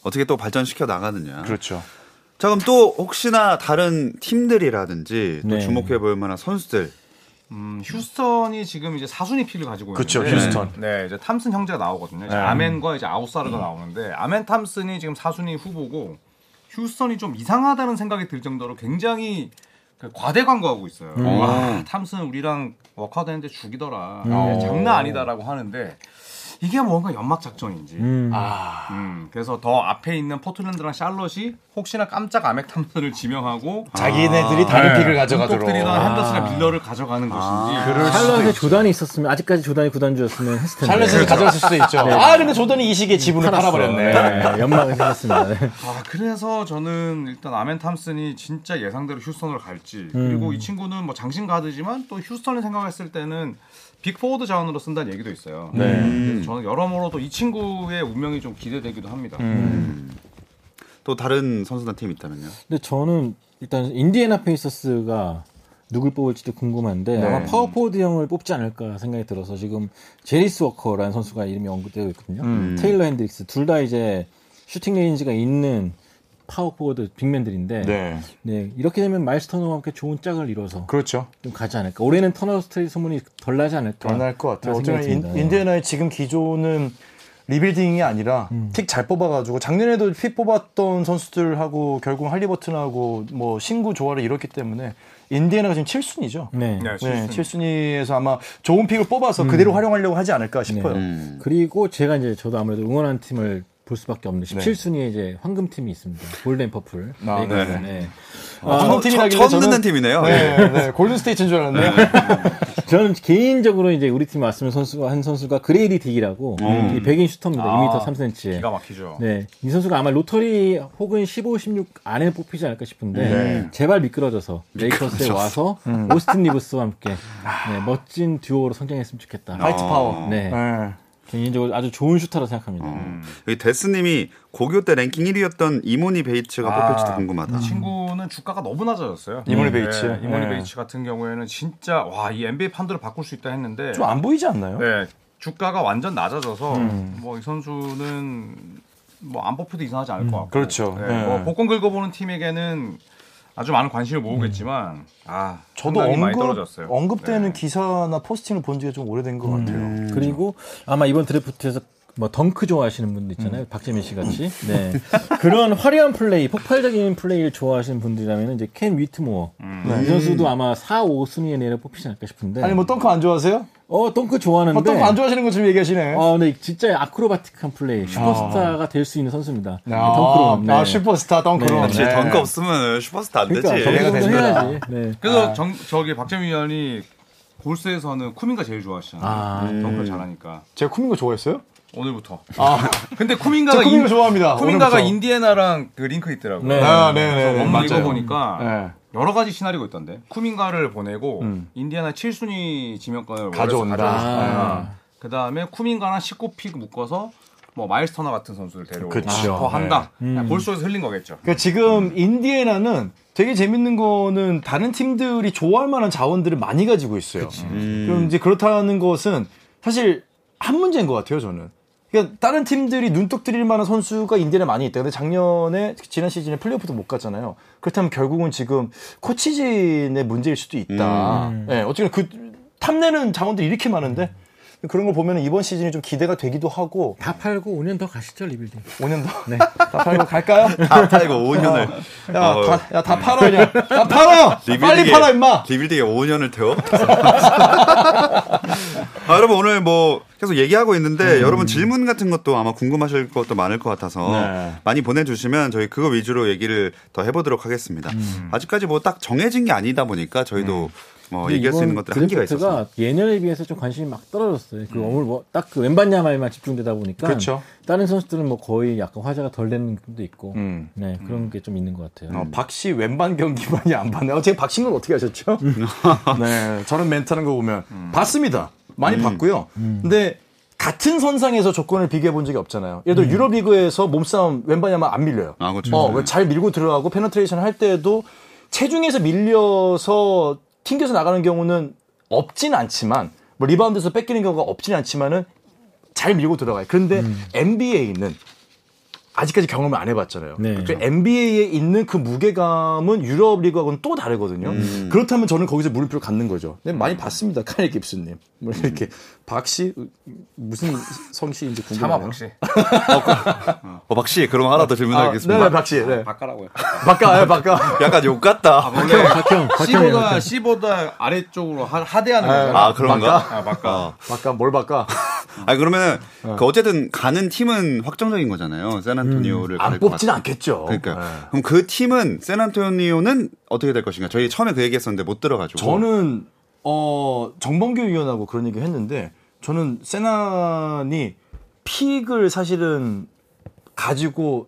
[SPEAKER 1] 어떻게 또 발전시켜 나가느냐.
[SPEAKER 4] 그렇죠.
[SPEAKER 1] 자, 그럼 또 혹시나 다른 팀들이라든지 또
[SPEAKER 3] 네.
[SPEAKER 1] 주목해 볼 만한 선수들.
[SPEAKER 2] 음, 휴스턴이 지금 이제 사순위 픽을 가지고
[SPEAKER 4] 그쵸,
[SPEAKER 2] 있는데
[SPEAKER 4] 그렇죠. 휴스턴.
[SPEAKER 2] 네, 이제 탐슨 형제가 나오거든요.
[SPEAKER 4] 네.
[SPEAKER 2] 이제 아멘과 이제 아웃사르가
[SPEAKER 4] 음.
[SPEAKER 2] 나오는데 아멘 탐슨이 지금 사순위 후보고 휴스턴이 좀 이상하다는 생각이 들 정도로 굉장히 그 과대 광고하고 있어요.
[SPEAKER 4] 음.
[SPEAKER 2] 와, 탐슨 우리랑 워크아웃했는데 죽이더라.
[SPEAKER 4] 어.
[SPEAKER 2] 네, 장난 아니다라고 하는데 이게 뭔가 연막 작전인지.
[SPEAKER 3] 음.
[SPEAKER 4] 아,
[SPEAKER 2] 음, 그래서 더 앞에 있는 포틀랜드랑 샬럿이 혹시나 깜짝 아맥 탐슨을 지명하고
[SPEAKER 4] 자기네들이 다른
[SPEAKER 2] 네,
[SPEAKER 4] 픽을 가져가도록.
[SPEAKER 2] 꿈쩍들이던
[SPEAKER 4] 아.
[SPEAKER 2] 핸더슨이나 밀러를 가져가는 것인지.
[SPEAKER 3] 샬럿의 조단이 있었으면 아직까지 조단이 구단주였으면 했을 텐데. 그렇죠.
[SPEAKER 4] 샬럿을 가져갔을 수도 있죠. 아, 근데 조던이 이 시기에 지분을 팔아버렸네.
[SPEAKER 3] 네, 연막을 생겼습니다. 네.
[SPEAKER 2] 아, 그래서 저는 일단 아멘 탐슨이 진짜 예상대로 휴스턴을 갈지
[SPEAKER 4] 음.
[SPEAKER 2] 그리고 이 친구는 뭐 장신 가드지만 또 휴스턴을 생각했을 때는 빅 포워드 자원으로 쓴다는 얘기도 있어요.
[SPEAKER 4] 네.
[SPEAKER 2] 그래서 저는 여러모로도 이 친구의 운명이 좀 기대되기도 합니다.
[SPEAKER 4] 음.
[SPEAKER 1] 또 다른 선수단 팀 있다면요?
[SPEAKER 3] 근데 저는 일단 인디애나 페이서스가 누굴 뽑을지도 궁금한데
[SPEAKER 4] 네.
[SPEAKER 3] 아마 파워포워드형을 뽑지 않을까 생각이 들어서 지금 제리스 워커라는 선수가 이름이 언급되고 있거든요.
[SPEAKER 4] 음.
[SPEAKER 3] 테일러 핸드릭스 둘 다 이제 슈팅 레인지가 있는 파워포워드 빅맨들인데
[SPEAKER 4] 네.
[SPEAKER 3] 네, 이렇게 되면 마일스 터너와 함께 좋은 짝을 이뤄서
[SPEAKER 4] 그렇죠.
[SPEAKER 3] 좀 가지 않을까. 올해는 터너 스테이 소문이 덜 나지 않을까.
[SPEAKER 4] 변할 것 같아요.
[SPEAKER 3] 그런 생각이
[SPEAKER 4] 어쩌면 인,
[SPEAKER 3] 듭니다. 네.
[SPEAKER 4] 인디애나의 지금 기조는 리빌딩이 아니라
[SPEAKER 3] 음.
[SPEAKER 4] 픽 잘 뽑아가지고 작년에도 픽 뽑았던 선수들하고 결국 할리버튼하고 뭐 신구 조화를 이뤘기 때문에 인디애나가 지금 7순위죠.
[SPEAKER 3] 네. 음.
[SPEAKER 2] 네, 실수.
[SPEAKER 4] 네, 7순위에서 아마 좋은 픽을 뽑아서 그대로 활용하려고 하지 않을까 싶어요.
[SPEAKER 3] 네. 그리고 제가 이제 저도 아무래도 응원한 팀을 볼 수밖에 없는 17순위에 이제 황금팀이 있습니다. 골덴 퍼플.
[SPEAKER 4] 아,
[SPEAKER 3] 네. 네.
[SPEAKER 1] 네.
[SPEAKER 3] 네.
[SPEAKER 4] 황금 팀이라길래
[SPEAKER 1] 처음
[SPEAKER 4] 저는-
[SPEAKER 1] 듣는 팀이네요. 예.
[SPEAKER 4] 네, 네, 골든스테이트인 줄 알았는데.
[SPEAKER 3] 네. 저는 개인적으로 이제 우리 팀 왔으면 선수가 한 선수가 그레이디 딕이라고 이 백인 슈터입니다.
[SPEAKER 2] 아,
[SPEAKER 3] 2m 3cm.
[SPEAKER 2] 기가 막히죠.
[SPEAKER 3] 네. 이 선수가 아마 로터리 혹은 15, 16 안에 뽑히지 않을까 싶은데 제발 네. 미끄러져서 레이커스에 와서 음. 오스틴 리브스와 함께 네, 멋진 듀오로 성장했으면 좋겠다.
[SPEAKER 4] 화이트 파워.
[SPEAKER 3] 네.
[SPEAKER 4] 네.
[SPEAKER 3] 개인적으로 아주 좋은 슈터라 생각합니다.
[SPEAKER 1] 음. 여기 데스님이 고교 때 랭킹 1위였던 이모니 베이츠가
[SPEAKER 2] 아.
[SPEAKER 1] 뽑힐지도 궁금하다.
[SPEAKER 2] 이
[SPEAKER 3] 음.
[SPEAKER 2] 친구는 주가가 너무 낮아졌어요.
[SPEAKER 4] 이모니 베이츠.
[SPEAKER 2] 네, 이모니
[SPEAKER 4] 네.
[SPEAKER 2] 베이츠 같은 경우에는 진짜 와 이 NBA 판도를 바꿀 수 있다 했는데
[SPEAKER 4] 좀 안 보이지 않나요?
[SPEAKER 2] 네, 주가가 완전 낮아져서
[SPEAKER 4] 음.
[SPEAKER 2] 뭐 이 선수는 뭐 안 뽑혀도 이상하지 않을 것 같고
[SPEAKER 4] 그렇죠.
[SPEAKER 2] 네,
[SPEAKER 4] 네.
[SPEAKER 2] 뭐 복권 긁어보는 팀에게는 아주 많은 관심을 모으겠지만 아
[SPEAKER 4] 음. 저도
[SPEAKER 2] 상당히 많이
[SPEAKER 4] 언급,
[SPEAKER 2] 떨어졌어요.
[SPEAKER 4] 언급되는
[SPEAKER 2] 네.
[SPEAKER 4] 기사나 포스팅을 본 지가 좀 오래된 것
[SPEAKER 3] 음, 네.
[SPEAKER 4] 같아요.
[SPEAKER 3] 그리고 아마 이번 드래프트에서 뭐 덩크 좋아하시는 분들
[SPEAKER 4] 음.
[SPEAKER 3] 있잖아요. 박재민 씨 같이. 네. 그런 화려한 플레이, 폭발적인 플레이를 좋아하시는 분들이라면 이제 켄 위트모어. 이 선수도 아마 4, 5순위에 내려 뽑히지 않을까 싶은데.
[SPEAKER 4] 음. 네. 아니 뭐 덩크 안 좋아하세요?
[SPEAKER 3] 어, 덩크 좋아하는데.
[SPEAKER 4] 뭐 덩크 안 좋아하시는 것처럼 얘기하시네.
[SPEAKER 3] 어, 네, 진짜 아크로바틱한 플레이, 슈퍼스타가 될 수 있는 선수입니다.
[SPEAKER 4] 아,
[SPEAKER 3] 덩크로. 네.
[SPEAKER 4] 아, 슈퍼스타 덩크로.
[SPEAKER 3] 네.
[SPEAKER 1] 그렇지.
[SPEAKER 4] 네.
[SPEAKER 1] 덩크 없으면 슈퍼스타 안
[SPEAKER 3] 그러니까
[SPEAKER 1] 되지.
[SPEAKER 4] 덩크-
[SPEAKER 3] 덩크로
[SPEAKER 4] 됩니다.
[SPEAKER 3] 해야지. 네.
[SPEAKER 4] 아.
[SPEAKER 2] 그래서 정- 저기 박재민 위원이 골스에서는 쿠민가 제일 좋아하시잖아요.
[SPEAKER 3] 아.
[SPEAKER 2] 덩크를 잘하니까
[SPEAKER 4] 제가 쿠민거 좋아했어요?
[SPEAKER 2] 오늘부터.
[SPEAKER 4] 음. 아,
[SPEAKER 2] 근데
[SPEAKER 4] 저
[SPEAKER 2] 쿠민가가
[SPEAKER 4] 쿠민거
[SPEAKER 2] 인-
[SPEAKER 4] 좋아합니다.
[SPEAKER 2] 쿠민가가
[SPEAKER 4] 오늘부터.
[SPEAKER 2] 인디애나랑 그 링크 있더라고요.
[SPEAKER 3] 네.
[SPEAKER 4] 아, 네, 네, 네.
[SPEAKER 2] 원문
[SPEAKER 4] 맞아요.
[SPEAKER 2] 읽어보니까
[SPEAKER 4] 네.
[SPEAKER 2] 여러 가지 시나리오가 있던데 쿠민가를 보내고
[SPEAKER 4] 음.
[SPEAKER 2] 인디애나 7순위 지명권을
[SPEAKER 4] 가져온다.
[SPEAKER 2] 그 다음에 쿠민가랑 19픽 묶어서 뭐 마일스 터너 같은 선수를 데려오고
[SPEAKER 4] 그쵸.
[SPEAKER 2] 싶어 한다. 그냥 골수에서 흘린 거겠죠.
[SPEAKER 4] 그러니까 지금 인디애나는 되게 재밌는 거는 다른 팀들이 좋아할 만한 자원들을 많이 가지고 있어요. 음. 그럼 이제 그렇다는 것은 사실 한 문제인 것 같아요, 저는. 그러니까 다른 팀들이 눈독 들일 만한 선수가 인디애나 많이 있다. 근데 작년에 지난 시즌에 플레이오프도 못 갔잖아요. 그렇다면 결국은 지금 코치진의 문제일 수도 있다. 예, 어쨌든 그 탐내는 자원들이 이렇게 많은데 그런 걸 보면 이번 시즌이 좀 기대가 되기도 하고
[SPEAKER 3] 다 팔고 5년 더 가시죠, 리빌딩.
[SPEAKER 4] 5년 더. 다 팔고 갈까요?
[SPEAKER 1] 다 아, 팔고 5년을.
[SPEAKER 4] 야,
[SPEAKER 1] 어.
[SPEAKER 4] 다, 야, 다
[SPEAKER 1] 음.
[SPEAKER 4] 팔아, 그냥. 다 팔아! 빨리 팔아, 임마!
[SPEAKER 1] 리빌딩에 5년을 태워? 아, 여러분 오늘 뭐 계속 얘기하고 있는데 여러분 질문 같은 것도 아마 궁금하실 것도 많을 것 같아서
[SPEAKER 4] 네.
[SPEAKER 1] 많이 보내주시면 저희 그거 위주로 얘기를 더 해보도록 하겠습니다. 아직까지 뭐 딱 정해진 게 아니다 보니까 저희도 뭐
[SPEAKER 3] 근데
[SPEAKER 1] 얘기할 수
[SPEAKER 3] 이번
[SPEAKER 1] 있는 것들 한계가
[SPEAKER 3] 드래프트가
[SPEAKER 1] 있었어.
[SPEAKER 3] 예년에 비해서 좀 관심이 막 떨어졌어요. 그 오늘 뭐 딱 그 웬반야마에만 집중되다 보니까
[SPEAKER 4] 그렇죠.
[SPEAKER 3] 다른 선수들은 뭐 거의 약간 화제가 덜 되는 분도 있고
[SPEAKER 4] 음.
[SPEAKER 3] 네 그런 게 좀 있는 것
[SPEAKER 1] 음.
[SPEAKER 3] 같아요.
[SPEAKER 4] 어, 박씨 왼반 경기만이 안 봤네요. 어떻게 박씨는 어떻게 하셨죠? 네, 저는 멘트하는 거 보면
[SPEAKER 1] 음.
[SPEAKER 4] 봤습니다. 많이 봤고요. 근데 같은 선상에서 조건을 비교해 본 적이 없잖아요. 예를 들어 유럽리그에서 몸싸움 왼반이면 안 밀려요.
[SPEAKER 1] 아, 그렇죠.
[SPEAKER 4] 어, 왜잘 밀고 들어가고 페네트레이션 할 때도 체중에서 밀려서 튕겨서 나가는 경우는 없진 않지만 뭐 리바운드에서 뺏기는 경우가 없진 않지만은 잘 밀고 들어가요. 그런데 NBA는 아직까지 경험을 안 해봤잖아요.
[SPEAKER 3] 네.
[SPEAKER 4] 그 NBA에 있는 그 무게감은 유럽 리그하고는 또 다르거든요. 그렇다면 저는 거기서 물음표를 갖는 거죠. 근데 음. 네, 많이 봤습니다. 카일 깁스님. 뭐 이렇게 박씨 무슨 성씨인지 궁금해요.
[SPEAKER 2] 차마 박씨.
[SPEAKER 1] 어, 박씨 그럼 하나 더
[SPEAKER 4] 아, 네,
[SPEAKER 1] 질문하겠습니다.
[SPEAKER 4] 네, 박씨. 네.
[SPEAKER 5] 바꿔라고요.
[SPEAKER 4] 바까, 예, 바까.
[SPEAKER 1] 네. 약간 욕 같다.
[SPEAKER 3] 박형,
[SPEAKER 5] C보다
[SPEAKER 3] 박형이라고
[SPEAKER 5] C보다 아래쪽으로 하, 하대하는 거잖아.
[SPEAKER 1] 아 그런가?
[SPEAKER 5] 아, 바꿔.
[SPEAKER 2] 그러니까,
[SPEAKER 1] 어.
[SPEAKER 4] 바까, 뭘 바까?
[SPEAKER 1] 아 그러면 그 어쨌든 가는 팀은 확정적인 거잖아요. 샌안토니오를
[SPEAKER 4] 음. 안
[SPEAKER 1] 갈것
[SPEAKER 4] 뽑진 않겠죠. 네.
[SPEAKER 1] 그러니까 그럼 그 팀은 샌안토니오는 어떻게 될 것인가? 저희 처음에 그 얘기했었는데 못 들어가지고.
[SPEAKER 4] 저는 어 정범규 위원하고 그런 얘기 했는데 저는 세난이 픽을 사실은 가지고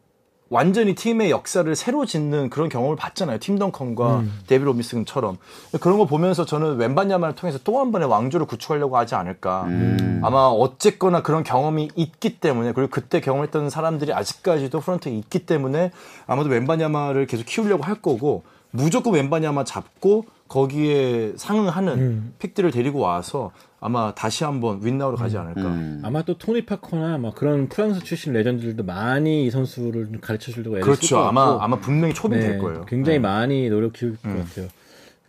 [SPEAKER 4] 완전히 팀의 역사를 새로 짓는 그런 경험을 봤잖아요. 팀 덩컨과 데빌 로미슨처럼 그런 거 보면서 저는 웬반야마를 통해서 또 한 번의 왕조를 구축하려고 하지 않을까. 아마 어쨌거나 그런 경험이 있기 때문에 그리고 그때 경험했던 사람들이 아직까지도 프런트에 있기 때문에 아마도 웬반야마를 계속 키우려고 할 거고 무조건 웬반야마 잡고 거기에 상응하는 픽들을 데리고 와서 아마 다시 한번 윈나우로 가지 않을까.
[SPEAKER 1] 음.
[SPEAKER 3] 아마 또 토니 파커나 막 그런 프랑스 출신 레전드들도 많이 이 선수를 가르쳐 주려고 애를 쓸
[SPEAKER 4] 그렇죠.
[SPEAKER 3] 것
[SPEAKER 4] 아마
[SPEAKER 3] 같고.
[SPEAKER 4] 아마 분명히 초빙 될 거예요.
[SPEAKER 3] 네,
[SPEAKER 4] 네. 음.
[SPEAKER 3] 굉장히 많이 노력 키울 것 같아요.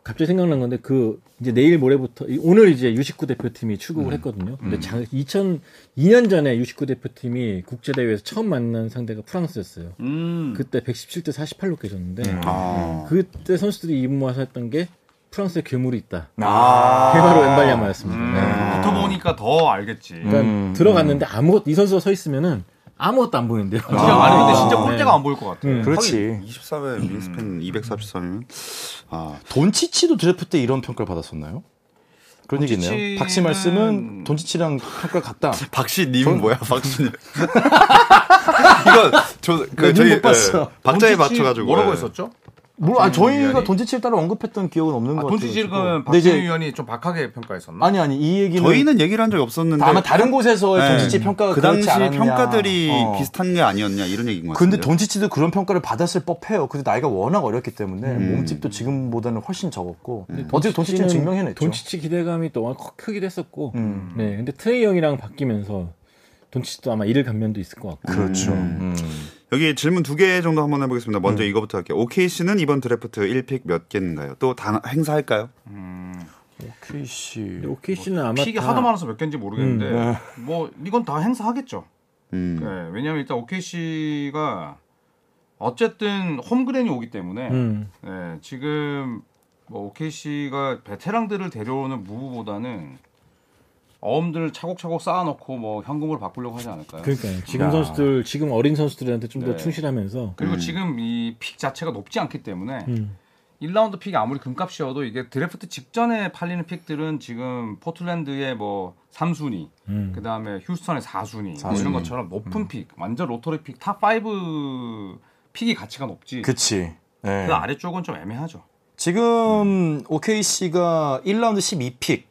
[SPEAKER 3] 갑자기 생각난 건데 그 이제 내일 모레부터 이- 오늘 이제 U19 대표팀이 출국을
[SPEAKER 4] 음.
[SPEAKER 3] 했거든요. 근데 장, 2002년 전에 U19 대표팀이 국제 대회에서 처음 만난 상대가 프랑스였어요.
[SPEAKER 5] 음.
[SPEAKER 3] 그때 117대 48로 깨졌는데
[SPEAKER 4] 음.
[SPEAKER 1] 아.
[SPEAKER 3] 그때 선수들이 입 모아서 했던 게 프랑스의 괴물이 있다.
[SPEAKER 4] 아. 음.
[SPEAKER 3] 그게 바로 엠발야마였습니다. 네.
[SPEAKER 2] 음. 붙어 보니까 더 알겠지.
[SPEAKER 3] 그러니까 들어갔는데 아무것도 이 선수가 서 있으면은 아무것도 안 보이는데요.
[SPEAKER 2] 진짜 많이 근데 진짜
[SPEAKER 3] 네.
[SPEAKER 2] 꼴대가 안 보일 것 같아.
[SPEAKER 4] 음. 그렇지.
[SPEAKER 1] 23회 윙스팬 243이면 아
[SPEAKER 4] 돈치치도 드래프트 때 이런 평가를 받았었나요? 그런 얘기
[SPEAKER 2] 돈치치는-
[SPEAKER 4] 있네요. 박씨 말씀은 돈치치랑 평가 같다.
[SPEAKER 1] 박씨님 은 뭐야 박씨님 이거 저그
[SPEAKER 4] 네,
[SPEAKER 1] 저희
[SPEAKER 4] 눈못 봤어.
[SPEAKER 1] 예, 박자에
[SPEAKER 2] 돈치치
[SPEAKER 1] 맞춰가지고
[SPEAKER 2] 뭐라고
[SPEAKER 1] 예.
[SPEAKER 2] 했었죠?
[SPEAKER 4] 뭐, 아, 저희가
[SPEAKER 2] 의견이?
[SPEAKER 4] 돈치치를 따로 언급했던 기억은 없는
[SPEAKER 2] 아,
[SPEAKER 4] 것 같아요.
[SPEAKER 2] 돈치지금
[SPEAKER 4] 네. 근데
[SPEAKER 2] 박진희
[SPEAKER 4] 이제
[SPEAKER 2] 위원이 좀 박하게 평가했었나?
[SPEAKER 4] 아니 아니 이 얘기는
[SPEAKER 1] 예. 저희는 얘기를 한 적이 없었는데
[SPEAKER 4] 아마 다른 곳에서의
[SPEAKER 1] 네.
[SPEAKER 4] 돈치치 평가가
[SPEAKER 1] 그
[SPEAKER 4] 그렇지
[SPEAKER 1] 당시
[SPEAKER 4] 않았냐.
[SPEAKER 1] 평가들이
[SPEAKER 4] 어.
[SPEAKER 1] 비슷한 게 아니었냐 이런 얘기인 것 같아요.
[SPEAKER 4] 근데 돈치치도 그런 평가를 받았을 법해요. 근데 나이가 워낙 어렸기 때문에 몸집도 지금보다는 훨씬 적었고 어쨌든 돈치치는 증명해냈죠.
[SPEAKER 3] 돈치치 기대감이 또 워낙 크기도 했었고, 네. 근데 트레이 형이랑 바뀌면서 돈치치도 아마 이를 감면도 있을 것 같고.
[SPEAKER 4] 그렇죠.
[SPEAKER 1] 여기 질문 두 개 정도 한번 해보겠습니다.
[SPEAKER 4] 음.
[SPEAKER 1] 먼저 이거부터 할게요. OKC는 이번 드래프트 1픽 몇 개인가요? 또 단, 행사할까요?
[SPEAKER 4] 오케이 씨.
[SPEAKER 3] 근데 OKC는 아마
[SPEAKER 2] 픽이
[SPEAKER 3] 다 음, 네.
[SPEAKER 2] 하도 많아서 몇 개인지 모르겠는데 뭐 이건 다 행사하겠죠.
[SPEAKER 1] 음.
[SPEAKER 2] 네, 왜냐하면 일단 OKC가 어쨌든 홈그랜이 오기 때문에
[SPEAKER 3] 음.
[SPEAKER 2] 네, 지금 뭐 OKC가 베테랑들을 데려오는 무브보다는 어음들을 차곡차곡 쌓아놓고 뭐 현금으로 바꾸려고 하지 않을까요? 그...
[SPEAKER 3] 그러니까 요 지금
[SPEAKER 4] 야.
[SPEAKER 3] 선수들 지금 어린 선수들한테 좀 더
[SPEAKER 2] 네.
[SPEAKER 3] 충실하면서
[SPEAKER 2] 리고 지금 이 픽 자체가 높지 않기 때문에
[SPEAKER 3] 음.
[SPEAKER 2] 1라운드 픽이 아무리 금값이어도 이게 드래프트 직전에 팔리는 픽들은 지금 포틀랜드의 뭐 3순위,
[SPEAKER 3] 음.
[SPEAKER 2] 그 다음에 휴스턴의 4순위, 뭐
[SPEAKER 4] 사순위.
[SPEAKER 2] 이런 것처럼 높은 픽, 완전 로터리 픽, 탑5 픽이 가치가 높지. 그,
[SPEAKER 4] 그치. 네.
[SPEAKER 2] 아래쪽은 좀 애매하죠.
[SPEAKER 4] 지금 OKC가 1라운드 12픽,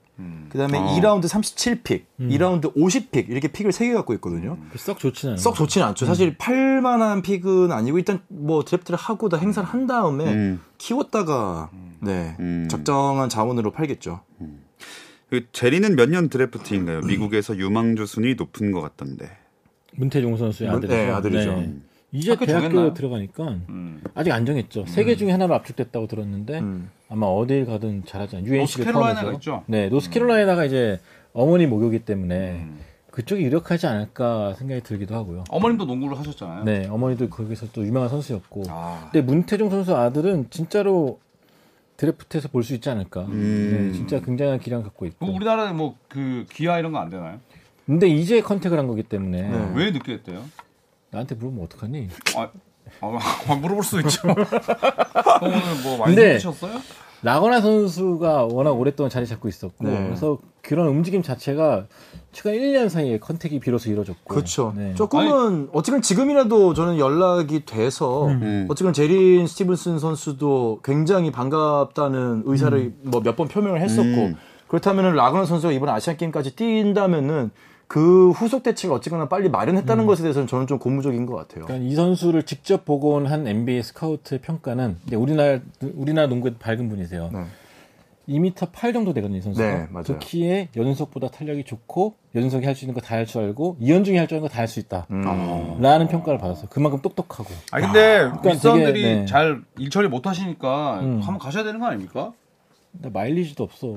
[SPEAKER 4] 그다음에
[SPEAKER 1] 어.
[SPEAKER 4] 2라운드 37픽, 2라운드 50픽 이렇게 픽을 세 개 갖고 있거든요.
[SPEAKER 1] 음.
[SPEAKER 4] 음.
[SPEAKER 3] 그썩 좋지는 않아요.
[SPEAKER 4] 썩 좋지는 않죠. 사실 팔만한 픽은 아니고 일단 뭐 드래프트를 하고 다 행사를 한 다음에
[SPEAKER 1] 음.
[SPEAKER 4] 키웠다가 네
[SPEAKER 1] 음.
[SPEAKER 4] 적정한 자원으로 팔겠죠.
[SPEAKER 1] 그 제리는 몇 년
[SPEAKER 4] 음.
[SPEAKER 1] 드래프트인가요? 미국에서 유망주 순위 높은 것 같던데.
[SPEAKER 3] 문태종 선수의
[SPEAKER 4] 문-
[SPEAKER 3] 아들이죠.
[SPEAKER 4] 네, 아들이죠.
[SPEAKER 3] 이제
[SPEAKER 2] 학교
[SPEAKER 3] 대학교
[SPEAKER 2] 정했나요?
[SPEAKER 3] 들어가니까
[SPEAKER 2] 음.
[SPEAKER 3] 아직 안 정했죠. 세 개 중에 하나로 압축됐다고 들었는데
[SPEAKER 4] 음.
[SPEAKER 3] 아마 어딜 가든 잘하지 않아요. UNC를
[SPEAKER 2] 노스캐롤라이나가
[SPEAKER 3] 포함해서.
[SPEAKER 2] 있죠?
[SPEAKER 3] 네, 노스캐롤라이나가 이제 어머니 목욕이기 때문에
[SPEAKER 2] 음.
[SPEAKER 3] 그쪽이 유력하지 않을까 생각이 들기도 하고요.
[SPEAKER 2] 어머님도 농구를 하셨잖아요.
[SPEAKER 3] 네, 어머니도 거기서 또 유명한 선수였고.
[SPEAKER 2] 아,
[SPEAKER 3] 근데 문태종 선수 아들은 진짜로 드래프트에서 볼 수 있지 않을까.
[SPEAKER 4] 음.
[SPEAKER 3] 네, 진짜 굉장한 기량 갖고
[SPEAKER 2] 그
[SPEAKER 3] 있고.
[SPEAKER 2] 우리나라에 뭐 그 기아 이런 거 안 되나요?
[SPEAKER 3] 근데 이제 컨택을 한 거기 때문에
[SPEAKER 4] 네.
[SPEAKER 2] 왜 늦게 했대요?
[SPEAKER 3] 나한테 물으면 어떡하니?
[SPEAKER 2] 아, 아, 물어볼 수 있죠. 오늘 뭐 많이
[SPEAKER 3] 근데
[SPEAKER 2] 힘드셨어요?
[SPEAKER 3] 나거나 선수가 워낙 오랫동안 자리 잡고 있었고
[SPEAKER 4] 네.
[SPEAKER 3] 그래서 그런 움직임 자체가 최근 1년 사이에 컨택이 비로소 이루어졌고
[SPEAKER 4] 그렇죠.
[SPEAKER 3] 네.
[SPEAKER 4] 조금은 어쨌든 지금이라도 저는 연락이 돼서
[SPEAKER 3] 음.
[SPEAKER 2] 네.
[SPEAKER 4] 어쨌든 제린 스티븐슨 선수도 굉장히 반갑다는 의사를
[SPEAKER 2] 음.
[SPEAKER 4] 뭐 몇 번 표명을 했었고 그렇다면은 라그너 선수가 이번 아시안 게임까지 뛴다면은 그 후속 대책을 어쨌거나 빨리
[SPEAKER 3] 음.
[SPEAKER 4] 마련했다는 것에 대해서는 저는 좀 고무적인 것 같아요.
[SPEAKER 3] 그러니까 이 선수를 직접 보고 온 한 NBA 스카우트 평가는 근데 우리나라 우리나라 농구에 밝은 분이세요.
[SPEAKER 4] 네.
[SPEAKER 3] 2m 8 정도 되거든요, 이 선수가.
[SPEAKER 4] 네, 맞아요.
[SPEAKER 3] 그 키에 연속보다 탄력이 좋고 연속이 할 수 있는 거 다 할 줄 알고 이현중이 할 줄 아는 거 다 할 수 있다.
[SPEAKER 4] 음.
[SPEAKER 3] 라는 평가를 받았어요. 그만큼 똑똑하고.
[SPEAKER 2] 아 근데 윗사람들이
[SPEAKER 3] 되게, 네. 음.
[SPEAKER 2] 잘 일처리 못 하시니까 한번 가셔야 되는 거 아닙니까?
[SPEAKER 3] 근데 마일리지도 없어.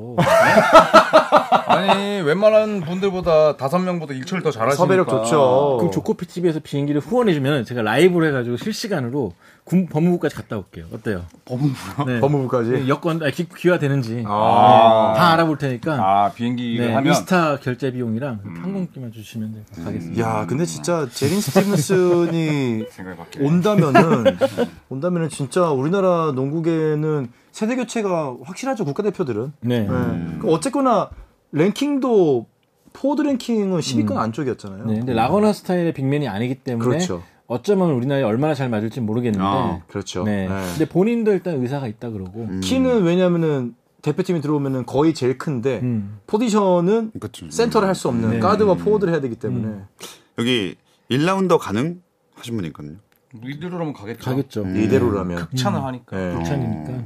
[SPEAKER 2] 아니 웬만한 분들보다 다섯 명보다 일처리 더 잘하시니까
[SPEAKER 4] 그러니까 섭외력 좋죠.
[SPEAKER 3] 그럼 조코피 TV에서 비행기를 후원해주면 제가 라이브로 해가지고 실시간으로 군- 법무부까지 갔다 올게요. 어때요? 법무부요? 네.
[SPEAKER 4] 법무부까지.
[SPEAKER 3] 네, 여권 아, 기, 귀화되는지
[SPEAKER 2] 아.
[SPEAKER 3] 네, 다 알아볼 테니까
[SPEAKER 2] 아 비행기를
[SPEAKER 3] 네,
[SPEAKER 2] 하면 음.
[SPEAKER 3] 이스타 결제 비용이랑 항공기만 주시면 돼요. 가겠습니다.
[SPEAKER 4] 야, 근데 진짜 제린 스티븐슨이
[SPEAKER 2] 생각이 바뀌네.
[SPEAKER 4] 온다면은 온다면은 진짜 우리나라 농구계는 세대 교체가 확실하죠 국가대표들은.
[SPEAKER 3] 네.
[SPEAKER 4] 네. 그 어쨌거나 랭킹도 포드 랭킹은 10위권 안쪽이었잖아요.
[SPEAKER 3] 네, 근데 라거나 스타일의 빅맨이 아니기 때문에
[SPEAKER 4] 그렇죠.
[SPEAKER 3] 어쩌면 우리나라에 얼마나 잘 맞을지 모르겠는데.
[SPEAKER 1] 아,
[SPEAKER 4] 그렇죠.
[SPEAKER 3] 네.
[SPEAKER 4] 네. 음,
[SPEAKER 3] 근데 본인도 일단 의사가 있다 그러고.
[SPEAKER 4] 키는 왜냐면은 대표팀이 들어오면은 거의 제일 큰데
[SPEAKER 3] 음.
[SPEAKER 4] 포지션은
[SPEAKER 1] 그쵸.
[SPEAKER 4] 센터를 할 수 없는
[SPEAKER 3] 네.
[SPEAKER 4] 가드와 포워드를 해야 되기 때문에
[SPEAKER 1] 여기 1라운더 가능 하신 분 있거든요.
[SPEAKER 2] 이대로라면 가겠죠.
[SPEAKER 3] 가겠죠.
[SPEAKER 4] 그렇죠. 음.
[SPEAKER 3] 음.
[SPEAKER 4] 이대로라면
[SPEAKER 2] 극찬을 하니까.
[SPEAKER 4] 네.
[SPEAKER 3] 네. 극찬이니까.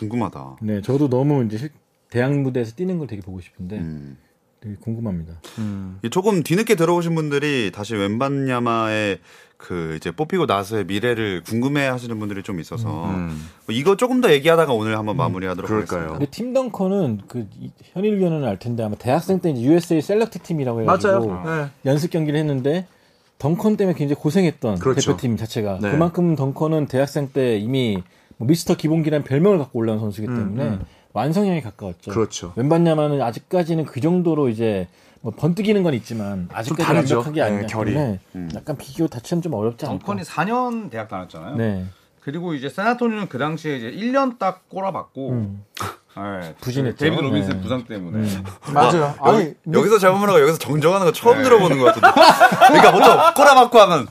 [SPEAKER 1] 궁금하다.
[SPEAKER 3] 네, 저도 너무 이제 실- 대학 무대에서 뛰는 걸 되게 보고 싶은데
[SPEAKER 1] 음.
[SPEAKER 3] 되게 궁금합니다.
[SPEAKER 4] 음.
[SPEAKER 1] 이 조금 뒤늦게 들어오신 분들이 다시 웬반야마의 그 이제 뽑히고 나서의 미래를 궁금해 하시는 분들이 좀 있어서
[SPEAKER 4] 음.
[SPEAKER 1] 뭐 이거 조금 더 얘기하다가 오늘 한번 마무리하도록
[SPEAKER 4] 그럴까요?
[SPEAKER 1] 하겠습니다.
[SPEAKER 3] 근데 팀 덩커는 그 이- 현일 위원은 알 텐데 아마 대학생 때 이제 USA 셀렉트 팀이라고
[SPEAKER 4] 맞아요.
[SPEAKER 3] 해가지고
[SPEAKER 4] 네.
[SPEAKER 3] 연습 경기를 했는데 덩컨 때문에 굉장히 고생했던
[SPEAKER 4] 그렇죠.
[SPEAKER 3] 대표팀 자체가
[SPEAKER 4] 네.
[SPEAKER 3] 그만큼 덩컨은 대학생 때 이미 뭐 미스터 기본기라는 별명을 갖고 올라온 선수이기 때문에 완성형에 가까웠죠.
[SPEAKER 4] 음, 그렇죠.
[SPEAKER 3] 웬반야마는 아직까지는 그 정도로 이제 뭐 번뜩이는 건 있지만 아직까지
[SPEAKER 4] 다르죠.
[SPEAKER 3] 완벽하게 아니기
[SPEAKER 4] 네, 결이.
[SPEAKER 3] 때문에 약간 비교 자체는 좀 어렵지 않을까.
[SPEAKER 2] 덩컨이 4년 대학 다녔잖아요.
[SPEAKER 3] 그렇죠. 네.
[SPEAKER 2] 그리고 이제 세나토니는 그 당시에 이제 1년 딱 꼬라박고 네,
[SPEAKER 3] 음. 부진했죠.
[SPEAKER 2] 데이비드 로빈슨
[SPEAKER 3] 네.
[SPEAKER 2] 부상 때문에
[SPEAKER 4] 맞아요. 아니 네.
[SPEAKER 1] 여기서 잘못 말하고 여기서 정정하는 거 처음 들어보는 것 같은데. 그러니까 보통 꼬라박고 하면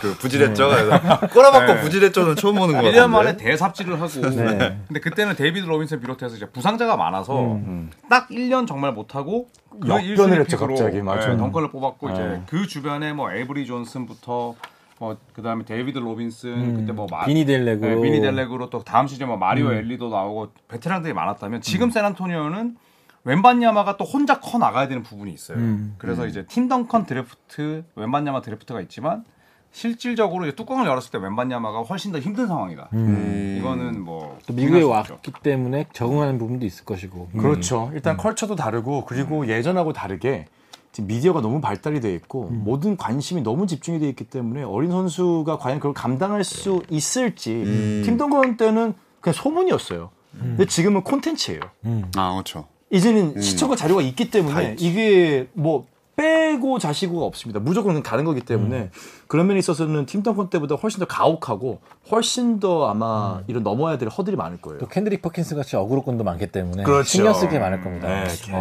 [SPEAKER 1] 그 부질했죠.
[SPEAKER 4] 네.
[SPEAKER 1] 그래서 꼬라박고 부질했죠는 처음 보는 것
[SPEAKER 2] 1년
[SPEAKER 1] 같은데.
[SPEAKER 2] 만에 대삽질을 하고
[SPEAKER 3] 네.
[SPEAKER 2] 근데 그때는 데이비드 로빈슨 비롯해서 이제 부상자가 많아서 딱 1년 정말 못하고 그
[SPEAKER 4] 음. 역변을
[SPEAKER 2] 일순위
[SPEAKER 4] 했죠,
[SPEAKER 2] 픽으로, 네,
[SPEAKER 4] 갑자기. 맞아요. 네.
[SPEAKER 2] 덩컨을 뽑았고 이제 그 주변에 뭐 에이브리 존슨부터 뭐 그다음에 데이비드 로빈슨 그때 뭐 마-
[SPEAKER 3] 비니 델레고.
[SPEAKER 2] 네, 미니 델렉으로 또 다음 시즌 뭐 마리오 엘리도 나오고 베테랑들이 많았다면
[SPEAKER 4] 음.
[SPEAKER 2] 지금 세란토니오는 웬반야마가 또 혼자 커 나가야 되는 부분이 있어요.
[SPEAKER 4] 음.
[SPEAKER 2] 그래서 이제 팀 덩컨 드래프트, 웬반야마 드래프트가 있지만 실질적으로 이제 뚜껑을 열었을 때 웬반야마가 훨씬 더 힘든 상황이다.
[SPEAKER 4] 음.
[SPEAKER 2] 음. 이거는 뭐
[SPEAKER 3] 또 미국에
[SPEAKER 2] 부인할 수 없죠.
[SPEAKER 3] 왔기 때문에 적응하는 부분도 있을 것이고. 음.
[SPEAKER 4] 그렇죠. 일단 컬처도 다르고 그리고 예전하고 다르게 지금 미디어가 너무 발달이 돼 있고 모든 관심이 너무 집중이 돼 있기 때문에 어린 선수가 과연 그걸 감당할 수 있을지 팀 동건 때는 그냥 소문이었어요. 근데 지금은 콘텐츠예요.
[SPEAKER 1] 아 그렇죠.
[SPEAKER 4] 이제는 시청과 자료가 음. 있기 때문에 이게 뭐 빼고 자시고가 없습니다. 무조건 그냥 가는 거기 때문에 그런 면에 있어서는 팀 동건 때보다 훨씬 더 가혹하고 훨씬 더 아마 이런 넘어야 될 허들이 많을 거예요.
[SPEAKER 3] 또 캔드릭 퍼킨스 같이 어그로꾼도 많기 때문에
[SPEAKER 4] 그렇죠.
[SPEAKER 3] 신경 쓸 게 많을 겁니다. 어.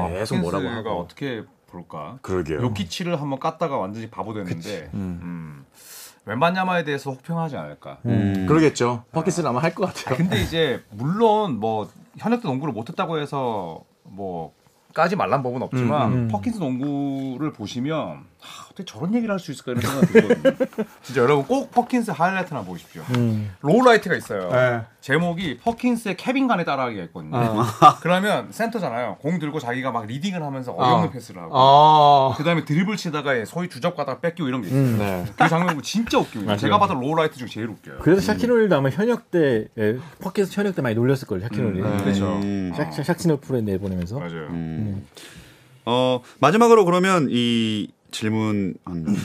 [SPEAKER 4] 네, 계속 뭐라고
[SPEAKER 2] 킨스가
[SPEAKER 4] 하고.
[SPEAKER 2] 어떻게 볼까?
[SPEAKER 4] 음. 그러게요.
[SPEAKER 2] 요키치를 한번 깠다가 완전히 바보 됐는데 음. 웬반야마에 대해서 혹평하지 않을까?
[SPEAKER 4] 음. 그러겠죠. 퍼킨스는 아마 할 것 같아요.
[SPEAKER 2] 근데 이제 물론 뭐 현역도 농구를 못했다고 해서 뭐 까지 말란 법은 없지만 퍼킨스 농구를 보시면 하, 어떻게 저런 얘기를 할 수 있을까 이런 생각이 들거든요. 진짜 여러분 꼭 퍼킨스 하이라이트나 보십시오. 로우라이트가 있어요. 제목이 퍼킨스의 케빈간에 따라하기가 있거든요. 그러면 센터잖아요. 공 들고 자기가 막 리딩을 하면서 어이없는
[SPEAKER 4] 어.
[SPEAKER 2] 패스를 하고
[SPEAKER 4] 아.
[SPEAKER 2] 그 다음에 드리블 치다가 소위 주접 가다가 뺏기고 이런 게 있어요.
[SPEAKER 4] 네.
[SPEAKER 2] 그 장면 보고 진짜 웃겨요. 제가 봤던 로우라이트 중에 제일 웃겨요.
[SPEAKER 3] 그래서 샤키노일도 아마 현역 때 예, 퍼킨스 현역 때 많이 놀렸을 거예요. 샤키노일.
[SPEAKER 2] 그렇죠.
[SPEAKER 3] 샥시노프를 내보내면서
[SPEAKER 2] 맞아요.
[SPEAKER 1] 어 마지막으로 그러면 이 질문 한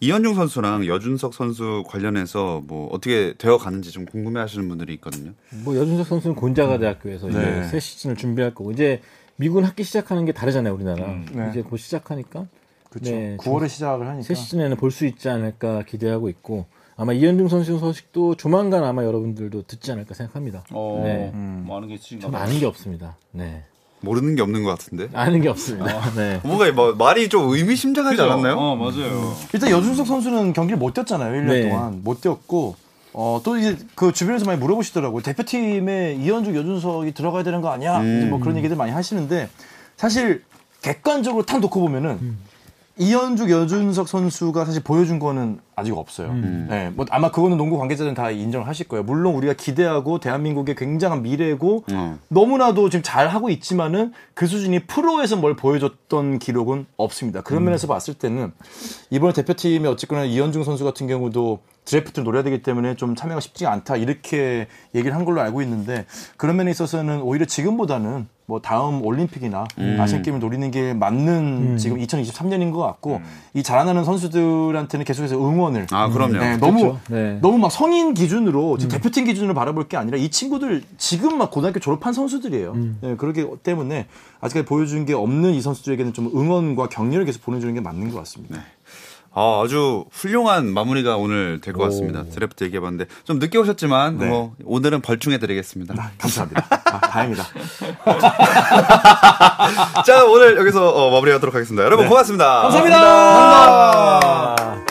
[SPEAKER 1] 이현중 선수랑 여준석 선수 관련해서 뭐 어떻게 되어 가는지 좀 궁금해하시는 분들이 있거든요.
[SPEAKER 3] 뭐 여준석 선수는 곤자가 대학교에서 이제 새 시즌을 준비할 거고 이제 미군 학기 시작하는 게 다르잖아요 우리나라
[SPEAKER 4] 네. 그러니까.
[SPEAKER 3] 이제 곧 시작하니까
[SPEAKER 4] 그렇죠.
[SPEAKER 3] 네,
[SPEAKER 4] 9월에 시작을 하니까.
[SPEAKER 3] 새 시즌에는 볼 수 있지 않을까 기대하고 있고 아마 이현중 선수 소식도 조만간 아마 여러분들도 듣지 않을까 생각합니다.
[SPEAKER 5] 어,
[SPEAKER 3] 네.
[SPEAKER 5] 뭐 하는 게 있으신가
[SPEAKER 3] 전
[SPEAKER 5] 봐요.
[SPEAKER 3] 아는 게 없습니다. 네.
[SPEAKER 1] 모르는 게 없는 것 같은데.
[SPEAKER 3] 아는 게 없습니다. 네.
[SPEAKER 1] 뭔가 뭐 말이 좀 의미심장하지 않았나요?
[SPEAKER 5] 어, 맞아요.
[SPEAKER 4] 일단 여준석 선수는 경기를 못 뛰었잖아요. 1년
[SPEAKER 3] 네.
[SPEAKER 4] 동안 못 뛰었고 어, 또 이제 그 주변에서 많이 물어보시더라고요. 대표팀에 이현주, 여준석이 들어가야 되는 거 아니야? 이제 뭐 그런 얘기들 많이 하시는데 사실 객관적으로 탁 놓고 보면은 이현주, 여준석 선수가 사실 보여준 거는 아직 없어요. 네, 뭐 아마 그거는 농구 관계자들은 다 인정을 하실 거예요. 물론 우리가 기대하고 대한민국의 굉장한 미래고 너무나도 지금 잘 하고 있지만은 그 수준이 프로에서 뭘 보여줬던 기록은 없습니다. 그런 면에서 봤을 때는 이번에 대표팀의 어쨌거나 이현중 선수 같은 경우도 드래프트를 노려야 되기 때문에 좀 참여가 쉽지 않다 이렇게 얘기를 한 걸로 알고 있는데 그런 면에 있어서는 오히려 지금보다는 뭐 다음 올림픽이나 아시안 게임을 노리는 게
[SPEAKER 3] 음.
[SPEAKER 4] 맞는 지금 2023년인 것 같고 이 자라나는 선수들한테는 계속해서 응원을
[SPEAKER 1] 음. 아, 그럼요.
[SPEAKER 4] 네, 너무
[SPEAKER 3] 그렇죠. 네. 음.
[SPEAKER 4] 너무 막 성인 기준으로 지금 대표팀 기준으로 바라볼 게 아니라 이 친구들 지금 막 고등학교 졸업한 선수들이에요.
[SPEAKER 3] 음.
[SPEAKER 4] 네, 그렇기 때문에 아직까지 보여준 게 없는 이 선수들에게는 좀 응원과 격려를 계속 보내주는 게 맞는 것 같습니다.
[SPEAKER 1] 네. 아, 아주 훌륭한 마무리가 오늘 될 것 같습니다. 드래프트 얘기해봤는데 좀 늦게 오셨지만 뭐 오늘은 벌충해드리겠습니다.
[SPEAKER 4] 감사합니다. 아, 다행이다.
[SPEAKER 1] 네. 자, 오늘 여기서 어, 마무리하도록 하겠습니다. 여러분 고맙습니다.
[SPEAKER 4] 감사합니다.